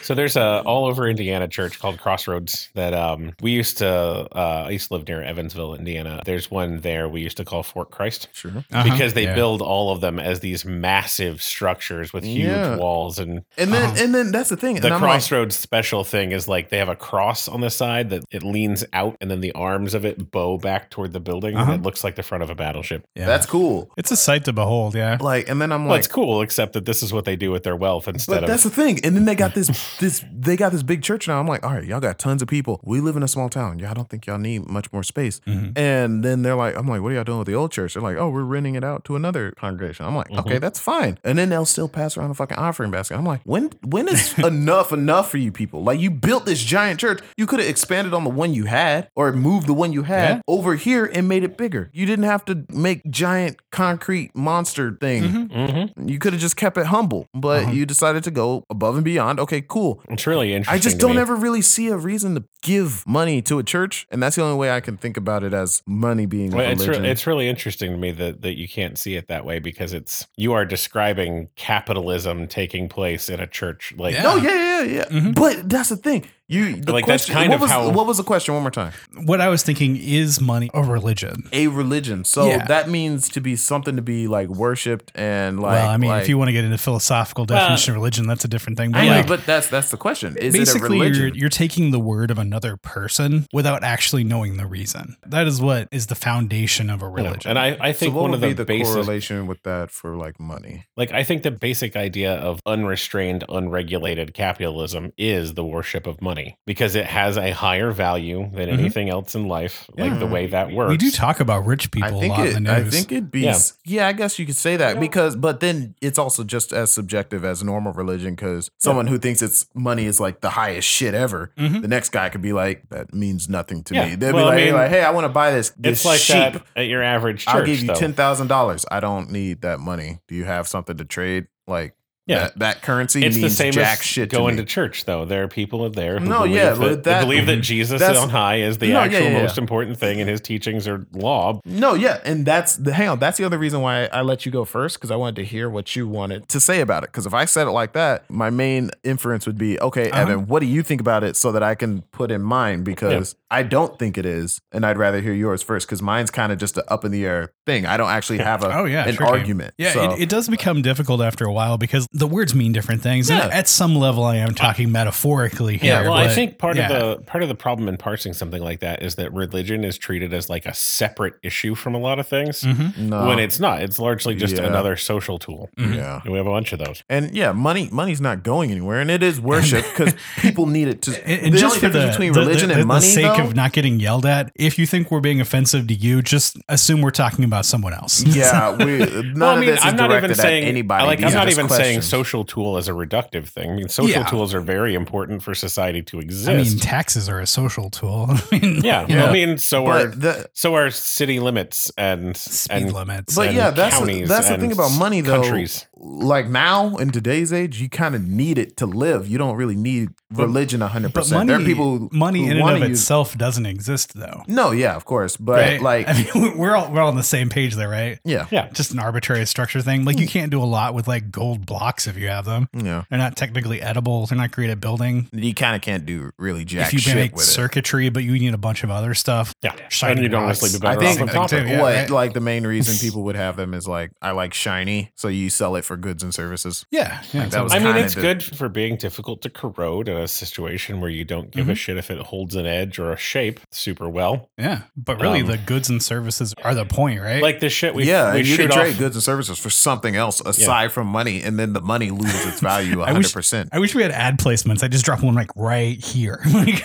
[SPEAKER 3] So there's a all over Indiana church called Crossroads that um, we used to. Uh, I used to live near Evansville, Indiana. There's one there we used to call Fort Christ
[SPEAKER 2] Sure.
[SPEAKER 1] Uh-huh.
[SPEAKER 3] because they
[SPEAKER 1] Yeah.
[SPEAKER 3] build all of them as these massive structures with huge
[SPEAKER 2] Yeah.
[SPEAKER 3] walls. And
[SPEAKER 2] And then
[SPEAKER 1] Uh-huh.
[SPEAKER 2] and then that's the thing.
[SPEAKER 3] the
[SPEAKER 2] and I'm like,
[SPEAKER 3] Crossroads special thing is like they have a cross on the side that it leans out, and then the arms of it bow back toward the building,
[SPEAKER 1] Uh-huh.
[SPEAKER 3] and it looks like the front of a battleship.
[SPEAKER 1] Yeah.
[SPEAKER 2] that's cool.
[SPEAKER 1] It's a sight to behold. Yeah.
[SPEAKER 2] Like, and then I'm
[SPEAKER 3] well,
[SPEAKER 2] like,
[SPEAKER 3] it's cool, except that this is what they do with their wealth instead
[SPEAKER 2] But
[SPEAKER 3] of
[SPEAKER 2] that's the thing. And then they got
[SPEAKER 3] (laughs)
[SPEAKER 2] this this they got this big church now. I'm like, all right, y'all got tons of people. We live in a small town. Y'all don't think y'all need much more space.
[SPEAKER 3] Mm-hmm.
[SPEAKER 1] Mhm.
[SPEAKER 2] And then they're like, I'm like, what are y'all doing with the old church? They're like, oh, we're renting it out to another congregation. I'm like,
[SPEAKER 3] Mm-hmm.
[SPEAKER 2] okay, that's fine. And then they'll still pass around the fucking offering basket. I'm like, when when is (laughs) enough enough for you people? Like you built this giant church. You could have expanded on the one you had or moved the one you had
[SPEAKER 1] Yeah.
[SPEAKER 2] over here and made it bigger. You didn't have to make giant concrete monster thing.
[SPEAKER 3] Mhm.
[SPEAKER 2] You could have just kept it humble, but you decided to go above and beyond. Okay, cool.
[SPEAKER 3] It's really interesting.
[SPEAKER 2] I just
[SPEAKER 3] to
[SPEAKER 2] don't
[SPEAKER 3] me.
[SPEAKER 2] ever really see a reason to give money to a church, and that's the only way I can think about it as money being a
[SPEAKER 3] Well, it's,
[SPEAKER 2] religion.
[SPEAKER 3] re- it's really interesting to me that, that you can't see it that way because it's you are describing capitalism taking place in a church. Like,
[SPEAKER 1] Yeah.
[SPEAKER 2] no, yeah, yeah, yeah.
[SPEAKER 1] Mhm.
[SPEAKER 2] But that's the thing. You the
[SPEAKER 3] Mm-hmm. Like, that's
[SPEAKER 2] question,
[SPEAKER 3] kind
[SPEAKER 2] what
[SPEAKER 3] of
[SPEAKER 2] was,
[SPEAKER 3] how-
[SPEAKER 2] What was the question? One more time.
[SPEAKER 1] What I was thinking is money a religion?
[SPEAKER 2] A religion. So
[SPEAKER 1] Yeah.
[SPEAKER 2] that means to be something to be like worshipped and like.
[SPEAKER 1] well, I mean, if
[SPEAKER 2] like-
[SPEAKER 1] you want to get into philosophical
[SPEAKER 3] Well,
[SPEAKER 1] definition of religion, that's a different thing. But
[SPEAKER 2] I know,
[SPEAKER 1] like,
[SPEAKER 2] but that's that's the question. Is it a
[SPEAKER 1] basically, you're,
[SPEAKER 2] religion?
[SPEAKER 1] you're taking the word of another person without actually knowing the reason. That is what is the foundation of a
[SPEAKER 3] you know,
[SPEAKER 1] religion.
[SPEAKER 3] and I, I
[SPEAKER 2] So
[SPEAKER 3] think
[SPEAKER 2] what
[SPEAKER 3] one
[SPEAKER 2] would
[SPEAKER 3] of
[SPEAKER 2] be
[SPEAKER 3] the,
[SPEAKER 2] the
[SPEAKER 3] basis,
[SPEAKER 2] correlation with that for like money?
[SPEAKER 3] like I think the basic idea of unrestrained, unregulated capitalism is the worship of money because it has a higher value than
[SPEAKER 2] Mm-hmm.
[SPEAKER 1] Mhm.
[SPEAKER 3] anything else in life. Like the
[SPEAKER 2] Yeah.
[SPEAKER 3] way that works.
[SPEAKER 1] we do talk about rich people a lot
[SPEAKER 2] it,
[SPEAKER 1] in the
[SPEAKER 2] I
[SPEAKER 1] news.
[SPEAKER 2] think it'd be
[SPEAKER 3] Yeah.
[SPEAKER 2] yeah. I guess you could say that because but then it's also just as subjective as normal religion because someone who thinks it's money is like the highest shit ever,
[SPEAKER 1] Mhm.
[SPEAKER 2] the next guy could be like, That means nothing to
[SPEAKER 3] Mm-hmm. Yeah.
[SPEAKER 2] me. They'd
[SPEAKER 3] Well, I
[SPEAKER 2] be like,
[SPEAKER 3] mean,
[SPEAKER 2] like, hey, I want to buy this this
[SPEAKER 3] It's like
[SPEAKER 2] sheep.
[SPEAKER 3] that at your average church.
[SPEAKER 2] I'll give you
[SPEAKER 3] though.
[SPEAKER 2] ten thousand dollars. I don't need that money. Do you have something to trade? Like
[SPEAKER 3] Yeah.
[SPEAKER 2] that, that currency
[SPEAKER 3] it's the
[SPEAKER 2] means
[SPEAKER 3] same
[SPEAKER 2] jack
[SPEAKER 3] as
[SPEAKER 2] shit to
[SPEAKER 3] going
[SPEAKER 2] me.
[SPEAKER 3] to church though there are people there who
[SPEAKER 2] No,
[SPEAKER 3] believe,
[SPEAKER 2] yeah,
[SPEAKER 3] that,
[SPEAKER 2] but
[SPEAKER 3] they
[SPEAKER 2] that-
[SPEAKER 3] believe that jesus
[SPEAKER 2] That's-
[SPEAKER 3] on high is the
[SPEAKER 2] No, yeah,
[SPEAKER 3] actual
[SPEAKER 2] yeah, yeah.
[SPEAKER 3] most important thing and his teachings are law
[SPEAKER 2] No, yeah, and that's the hang on. That's the other reason why I let you go first because I wanted to hear what you wanted to say about it. Because if I said it like that, my main inference would be, okay,
[SPEAKER 1] Uh-huh.
[SPEAKER 2] Evan, what do you think about it, so that I can put in mine because I don't think it is, and I'd rather hear yours first because mine's kind of just an up in the air thing. I don't actually have a
[SPEAKER 1] Oh, yeah,
[SPEAKER 2] an
[SPEAKER 1] sure, Gabe.
[SPEAKER 2] argument.
[SPEAKER 1] Yeah,
[SPEAKER 2] so.
[SPEAKER 1] it, it does become difficult after a while because the words mean different things. And
[SPEAKER 2] Yeah.
[SPEAKER 1] at some level, I am talking metaphorically here.
[SPEAKER 3] yeah well i
[SPEAKER 1] but
[SPEAKER 3] think part
[SPEAKER 1] yeah.
[SPEAKER 3] of the part of the problem in parsing something like that is that religion is treated as like a separate issue from a lot of things
[SPEAKER 1] Mhm.
[SPEAKER 2] no,
[SPEAKER 3] when it's not it's largely just
[SPEAKER 2] Uh, Yeah.
[SPEAKER 3] another social tool
[SPEAKER 1] Mhm.
[SPEAKER 2] yeah.
[SPEAKER 3] and we have a bunch of those
[SPEAKER 2] And yeah, money money's not going anywhere, and it is worship
[SPEAKER 1] (laughs)
[SPEAKER 2] because people need it to.
[SPEAKER 1] And,
[SPEAKER 2] the
[SPEAKER 1] and just
[SPEAKER 2] only
[SPEAKER 1] for
[SPEAKER 2] difference
[SPEAKER 1] the,
[SPEAKER 2] between
[SPEAKER 1] the-
[SPEAKER 2] religion
[SPEAKER 1] the-
[SPEAKER 2] and
[SPEAKER 1] the
[SPEAKER 2] money,
[SPEAKER 1] sake
[SPEAKER 2] though,
[SPEAKER 1] of not getting yelled at, if you think we're being offensive to you, just assume we're talking about someone else. (laughs)
[SPEAKER 2] Yeah, we, none
[SPEAKER 3] Well,
[SPEAKER 2] of this is directed at anybody.
[SPEAKER 3] Like,
[SPEAKER 2] These
[SPEAKER 3] I'm
[SPEAKER 2] are
[SPEAKER 3] not
[SPEAKER 2] just
[SPEAKER 3] even saying
[SPEAKER 2] questions.
[SPEAKER 3] social tool as a reductive thing. I mean, social
[SPEAKER 1] Yeah.
[SPEAKER 3] tools are very important for society to exist.
[SPEAKER 1] I (laughs) mean, taxes are a social tool. (laughs) I mean,
[SPEAKER 3] yeah.
[SPEAKER 2] Yeah.
[SPEAKER 3] I mean, so are
[SPEAKER 2] But the,
[SPEAKER 3] So are city limits and
[SPEAKER 1] speed
[SPEAKER 3] and
[SPEAKER 1] limits.
[SPEAKER 2] but
[SPEAKER 3] and
[SPEAKER 2] yeah, that's the,
[SPEAKER 3] counties
[SPEAKER 2] that's the
[SPEAKER 3] and
[SPEAKER 2] thing about money though.
[SPEAKER 3] countries.
[SPEAKER 2] like now in today's age, you kind of need it to live. You don't really need religion hundred
[SPEAKER 1] But
[SPEAKER 2] percent.
[SPEAKER 1] money,
[SPEAKER 2] There are people who
[SPEAKER 1] money in and
[SPEAKER 2] wanna
[SPEAKER 1] of
[SPEAKER 2] use-
[SPEAKER 1] itself doesn't exist though.
[SPEAKER 2] No, yeah, of course, but
[SPEAKER 1] Right?
[SPEAKER 2] like,
[SPEAKER 1] I mean, (laughs) we're all we're all on the same page there, right?
[SPEAKER 2] yeah,
[SPEAKER 3] Yeah.
[SPEAKER 1] Just an arbitrary structure thing.
[SPEAKER 2] Hmm.
[SPEAKER 1] Like you can't do a lot with like gold blocks if you have them.
[SPEAKER 2] yeah.
[SPEAKER 1] They're not technically edible. They're not great at building.
[SPEAKER 2] You kind of can't do really jack
[SPEAKER 1] if you
[SPEAKER 2] shit
[SPEAKER 1] make
[SPEAKER 2] with it.
[SPEAKER 1] circuitry, but you need a bunch of other stuff.
[SPEAKER 3] Yeah.
[SPEAKER 1] Shining
[SPEAKER 3] and you don't
[SPEAKER 1] rocks.
[SPEAKER 3] necessarily be
[SPEAKER 2] I
[SPEAKER 3] better
[SPEAKER 2] think
[SPEAKER 3] off on top of it.
[SPEAKER 1] yeah,
[SPEAKER 2] what
[SPEAKER 1] right.
[SPEAKER 2] like the main reason people would have them is like I like shiny, so you sell it for goods and services.
[SPEAKER 1] Yeah, yeah.
[SPEAKER 2] Like, that was
[SPEAKER 3] I mean,
[SPEAKER 2] kinda
[SPEAKER 3] it's
[SPEAKER 2] the-
[SPEAKER 3] good for being difficult to corrode in a situation where you don't give
[SPEAKER 2] Mm-hmm.
[SPEAKER 3] a shit if it holds an edge or a shape super well.
[SPEAKER 1] Yeah, but really,
[SPEAKER 3] Um,
[SPEAKER 1] the goods and services are the point, right?
[SPEAKER 3] Like the shit we
[SPEAKER 2] yeah,
[SPEAKER 3] we
[SPEAKER 2] and you
[SPEAKER 3] shoot
[SPEAKER 2] can trade
[SPEAKER 3] off.
[SPEAKER 2] goods and services for something else aside from money, and then the money loses its (laughs) value
[SPEAKER 1] I wish-
[SPEAKER 2] 100. percent
[SPEAKER 1] I wish we had ad placements. I just drop one like right here. (laughs) Like,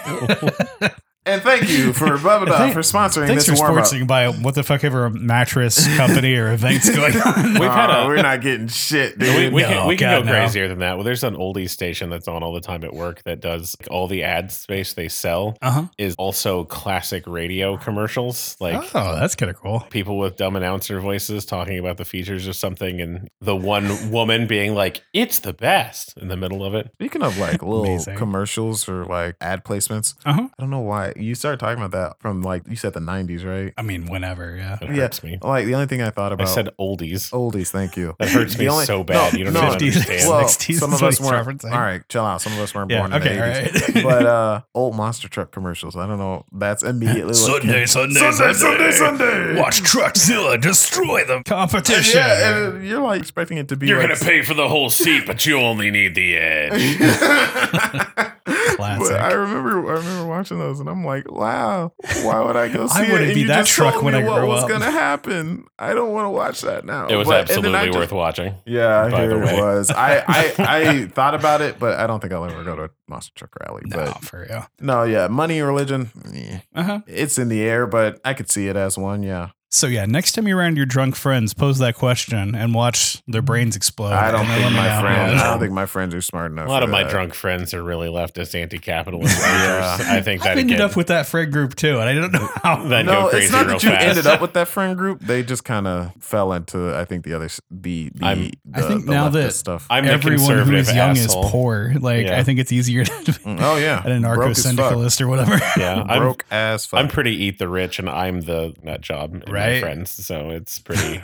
[SPEAKER 2] And thank you (laughs) for blah blah blah
[SPEAKER 1] Thank-
[SPEAKER 2] for sponsoring
[SPEAKER 1] thanks for
[SPEAKER 2] this warm up. (laughs)
[SPEAKER 1] sponsoring by what the fuck ever mattress company or events going on.
[SPEAKER 3] We've had a-
[SPEAKER 2] we're not getting (laughs) shit, dude.
[SPEAKER 3] We, we
[SPEAKER 1] No,
[SPEAKER 3] can, we can
[SPEAKER 1] God,
[SPEAKER 3] go
[SPEAKER 1] no.
[SPEAKER 3] crazier than that. Well, there's an oldie station that's on all the time at work that does like, all the ad space they sell
[SPEAKER 1] Uh huh.
[SPEAKER 3] is also classic radio commercials. Like
[SPEAKER 1] oh, that's kind of cool.
[SPEAKER 3] people with dumb announcer voices talking about the features or something, and
[SPEAKER 2] (laughs)
[SPEAKER 3] the one woman being like, "It's the best" in the middle of it.
[SPEAKER 2] Speaking of like little
[SPEAKER 1] Amazing.
[SPEAKER 2] commercials or like ad placements,
[SPEAKER 1] Uh huh.
[SPEAKER 2] I don't know why you started talking about that from like you said the '90s, right?
[SPEAKER 1] I mean, whenever. Yeah.
[SPEAKER 3] It
[SPEAKER 2] Yeah.
[SPEAKER 3] hurts me.
[SPEAKER 2] Like the only thing I thought
[SPEAKER 3] I
[SPEAKER 2] about Oh,
[SPEAKER 3] said oldies.
[SPEAKER 2] oldies. Thank you.
[SPEAKER 3] That hurts
[SPEAKER 2] The
[SPEAKER 3] me
[SPEAKER 2] only-
[SPEAKER 3] so bad.
[SPEAKER 2] no,
[SPEAKER 3] you don't
[SPEAKER 2] no.
[SPEAKER 3] even
[SPEAKER 1] 50s.
[SPEAKER 3] understand.
[SPEAKER 1] Well,
[SPEAKER 2] Well,
[SPEAKER 1] 60s
[SPEAKER 2] some
[SPEAKER 1] is
[SPEAKER 2] of
[SPEAKER 1] what
[SPEAKER 2] us
[SPEAKER 1] he's
[SPEAKER 2] weren't.
[SPEAKER 1] referencing.
[SPEAKER 2] All right, chill out. Some of us weren't
[SPEAKER 1] Yeah.
[SPEAKER 2] born in the 80s.
[SPEAKER 1] Okay. All right. (laughs)
[SPEAKER 2] but uh old monster truck commercials. I don't know. That's immediately what
[SPEAKER 1] Sunday,
[SPEAKER 2] came- (laughs) Sunday, Sunday, Sunday.
[SPEAKER 1] Watch Truckzilla destroy the competition.
[SPEAKER 2] Yeah, and you're like expecting it to be. like,
[SPEAKER 3] pay for the whole seat, but you only
[SPEAKER 2] (laughs)
[SPEAKER 3] need the edge.
[SPEAKER 1] (laughs) Classic.
[SPEAKER 2] But I remember, I remember watching those, and I'm like, "Wow, why would I go
[SPEAKER 1] (laughs)
[SPEAKER 2] see
[SPEAKER 1] I
[SPEAKER 2] it?"
[SPEAKER 1] wouldn't
[SPEAKER 2] And
[SPEAKER 1] be
[SPEAKER 2] you
[SPEAKER 1] that
[SPEAKER 2] just
[SPEAKER 1] truck
[SPEAKER 2] told
[SPEAKER 1] when
[SPEAKER 2] me
[SPEAKER 1] I
[SPEAKER 2] what
[SPEAKER 1] grow
[SPEAKER 2] was
[SPEAKER 1] up.
[SPEAKER 2] gonna happen. I don't want to watch that now.
[SPEAKER 3] It was
[SPEAKER 2] But- and then I
[SPEAKER 3] absolutely
[SPEAKER 2] just-
[SPEAKER 3] worth watching.
[SPEAKER 2] (laughs) Yeah, I
[SPEAKER 3] by the
[SPEAKER 2] hear
[SPEAKER 3] way.
[SPEAKER 2] it was. I,
[SPEAKER 1] (laughs)
[SPEAKER 2] I, I thought about it, but I don't think I'll ever go to a monster truck rally.
[SPEAKER 1] no,
[SPEAKER 2] But
[SPEAKER 1] for real.
[SPEAKER 2] no, yeah, money, religion, eh,
[SPEAKER 1] Uh huh.
[SPEAKER 2] it's in the air, but I could see it as one. Yeah,
[SPEAKER 1] So yeah, next time you're around your drunk friends, pose that question and watch their brains explode.
[SPEAKER 2] I don't
[SPEAKER 1] And then
[SPEAKER 2] think
[SPEAKER 1] Oh, let me
[SPEAKER 2] my
[SPEAKER 1] know.
[SPEAKER 2] friends.
[SPEAKER 1] (laughs)
[SPEAKER 2] I don't think my friends are smart enough.
[SPEAKER 3] A lot of
[SPEAKER 2] for
[SPEAKER 3] my
[SPEAKER 2] that.
[SPEAKER 3] drunk friends are really
[SPEAKER 2] (laughs)
[SPEAKER 3] leftist anti-capitalist.
[SPEAKER 2] Yeah.
[SPEAKER 3] losers. (laughs) I think
[SPEAKER 1] I've
[SPEAKER 3] that
[SPEAKER 1] ended
[SPEAKER 3] again,
[SPEAKER 1] up with that friend group too, and I don't know how.
[SPEAKER 3] (laughs) that
[SPEAKER 2] No,
[SPEAKER 3] go crazy
[SPEAKER 2] it's not
[SPEAKER 3] real
[SPEAKER 2] that you
[SPEAKER 3] fast.
[SPEAKER 2] ended up with that friend group. They just kind of fell into, I think, the other s- the the,
[SPEAKER 3] I'm-
[SPEAKER 2] the
[SPEAKER 1] I think
[SPEAKER 2] the
[SPEAKER 1] now
[SPEAKER 2] leftist
[SPEAKER 1] that
[SPEAKER 2] stuff.
[SPEAKER 3] I'm the
[SPEAKER 1] Everyone who
[SPEAKER 3] conservative
[SPEAKER 1] is young
[SPEAKER 3] asshole.
[SPEAKER 1] is poor. Like
[SPEAKER 3] Yeah.
[SPEAKER 1] I think it's easier to
[SPEAKER 2] (laughs)
[SPEAKER 1] be
[SPEAKER 2] Mm, oh yeah,
[SPEAKER 1] an anarcho
[SPEAKER 2] Broke as fuck.
[SPEAKER 1] syndicalist or whatever. (laughs)
[SPEAKER 2] (laughs)
[SPEAKER 3] Yeah, I'm,
[SPEAKER 2] broke as fuck.
[SPEAKER 3] I'm pretty eat the rich, and I'm the nut job. in my
[SPEAKER 1] Right.
[SPEAKER 3] friends.
[SPEAKER 1] (laughs)
[SPEAKER 3] So it's pretty.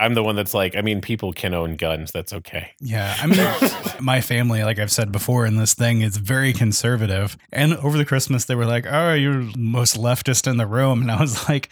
[SPEAKER 3] I'm the one that's like, I mean, people can own guns. That's okay.
[SPEAKER 1] Yeah, I
[SPEAKER 2] (laughs)
[SPEAKER 1] mean, my family, like I've said before in this thing, is very conservative. And over the Christmas, they were like, "Oh, you're the most leftist in the room," and I was like,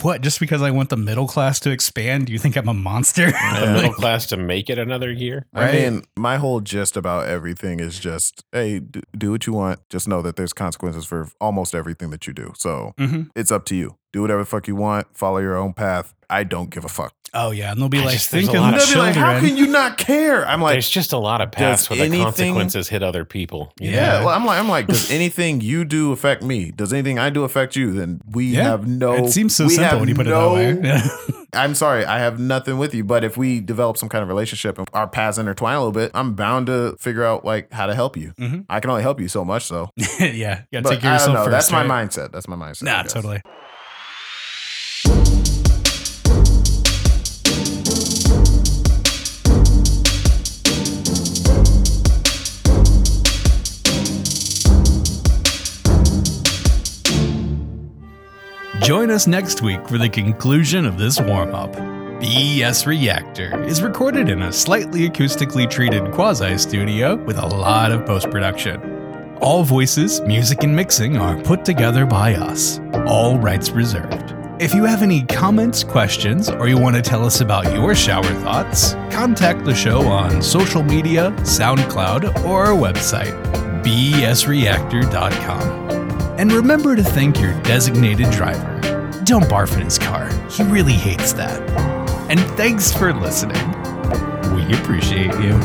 [SPEAKER 1] "What? Just because I want the middle class to expand, do you think I'm a monster?" (laughs)
[SPEAKER 3] The middle class to make it another year.
[SPEAKER 2] I mean, my whole gist about everything is just, hey, d- do what you want. Just know that there's consequences for almost everything that you do. So
[SPEAKER 1] hmm
[SPEAKER 3] Mm.
[SPEAKER 2] it's up to you. Do whatever the fuck you want. Follow your own path. I don't give a fuck.
[SPEAKER 1] Oh yeah, and they'll be
[SPEAKER 3] I
[SPEAKER 1] like
[SPEAKER 3] just- there's a
[SPEAKER 1] thinking
[SPEAKER 3] lot
[SPEAKER 1] the
[SPEAKER 3] of-
[SPEAKER 2] They'll be
[SPEAKER 1] children.
[SPEAKER 2] like, how can you not care? I'm like,
[SPEAKER 3] There's just a lot of paths
[SPEAKER 2] does
[SPEAKER 3] where the
[SPEAKER 2] anything-
[SPEAKER 3] consequences hit other people. you know?
[SPEAKER 2] Yeah, well, I'm like, I'm
[SPEAKER 1] (laughs)
[SPEAKER 2] like, does anything you do affect me? Does anything I do affect you? Then we
[SPEAKER 1] Yeah.
[SPEAKER 2] have no.
[SPEAKER 1] it seems so
[SPEAKER 2] we
[SPEAKER 1] simple
[SPEAKER 2] have
[SPEAKER 1] when you put
[SPEAKER 2] no-
[SPEAKER 1] it that way. (laughs) Yeah.
[SPEAKER 2] I'm sorry, I have nothing with you. But if we develop some kind of relationship and our paths intertwine a little bit, I'm bound to figure out like how to help you.
[SPEAKER 1] Mhm.
[SPEAKER 2] I can only help you so much, though.
[SPEAKER 1] yeah,
[SPEAKER 2] (laughs)
[SPEAKER 1] yeah. You gotta
[SPEAKER 2] But
[SPEAKER 1] take care
[SPEAKER 2] I
[SPEAKER 1] of
[SPEAKER 2] don't
[SPEAKER 1] yourself
[SPEAKER 2] know.
[SPEAKER 1] first.
[SPEAKER 2] That's
[SPEAKER 1] right?
[SPEAKER 2] my mindset. That's my mindset. I
[SPEAKER 1] Nah,
[SPEAKER 2] guess.
[SPEAKER 1] totally.
[SPEAKER 5] Join us next week for the conclusion of this warm up. BES Reactor is recorded in a slightly acoustically treated quasi studio with a lot of post production. All voices, music, and mixing are put together by us, all rights reserved. If you have any comments, questions, or you want to tell us about your shower thoughts, contact the show on social media, SoundCloud, or our website, besreactor.com. And remember to thank your designated driver. Don't barf in his car. He really hates that. And thanks for listening. We appreciate you.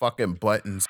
[SPEAKER 2] Fucking buttons.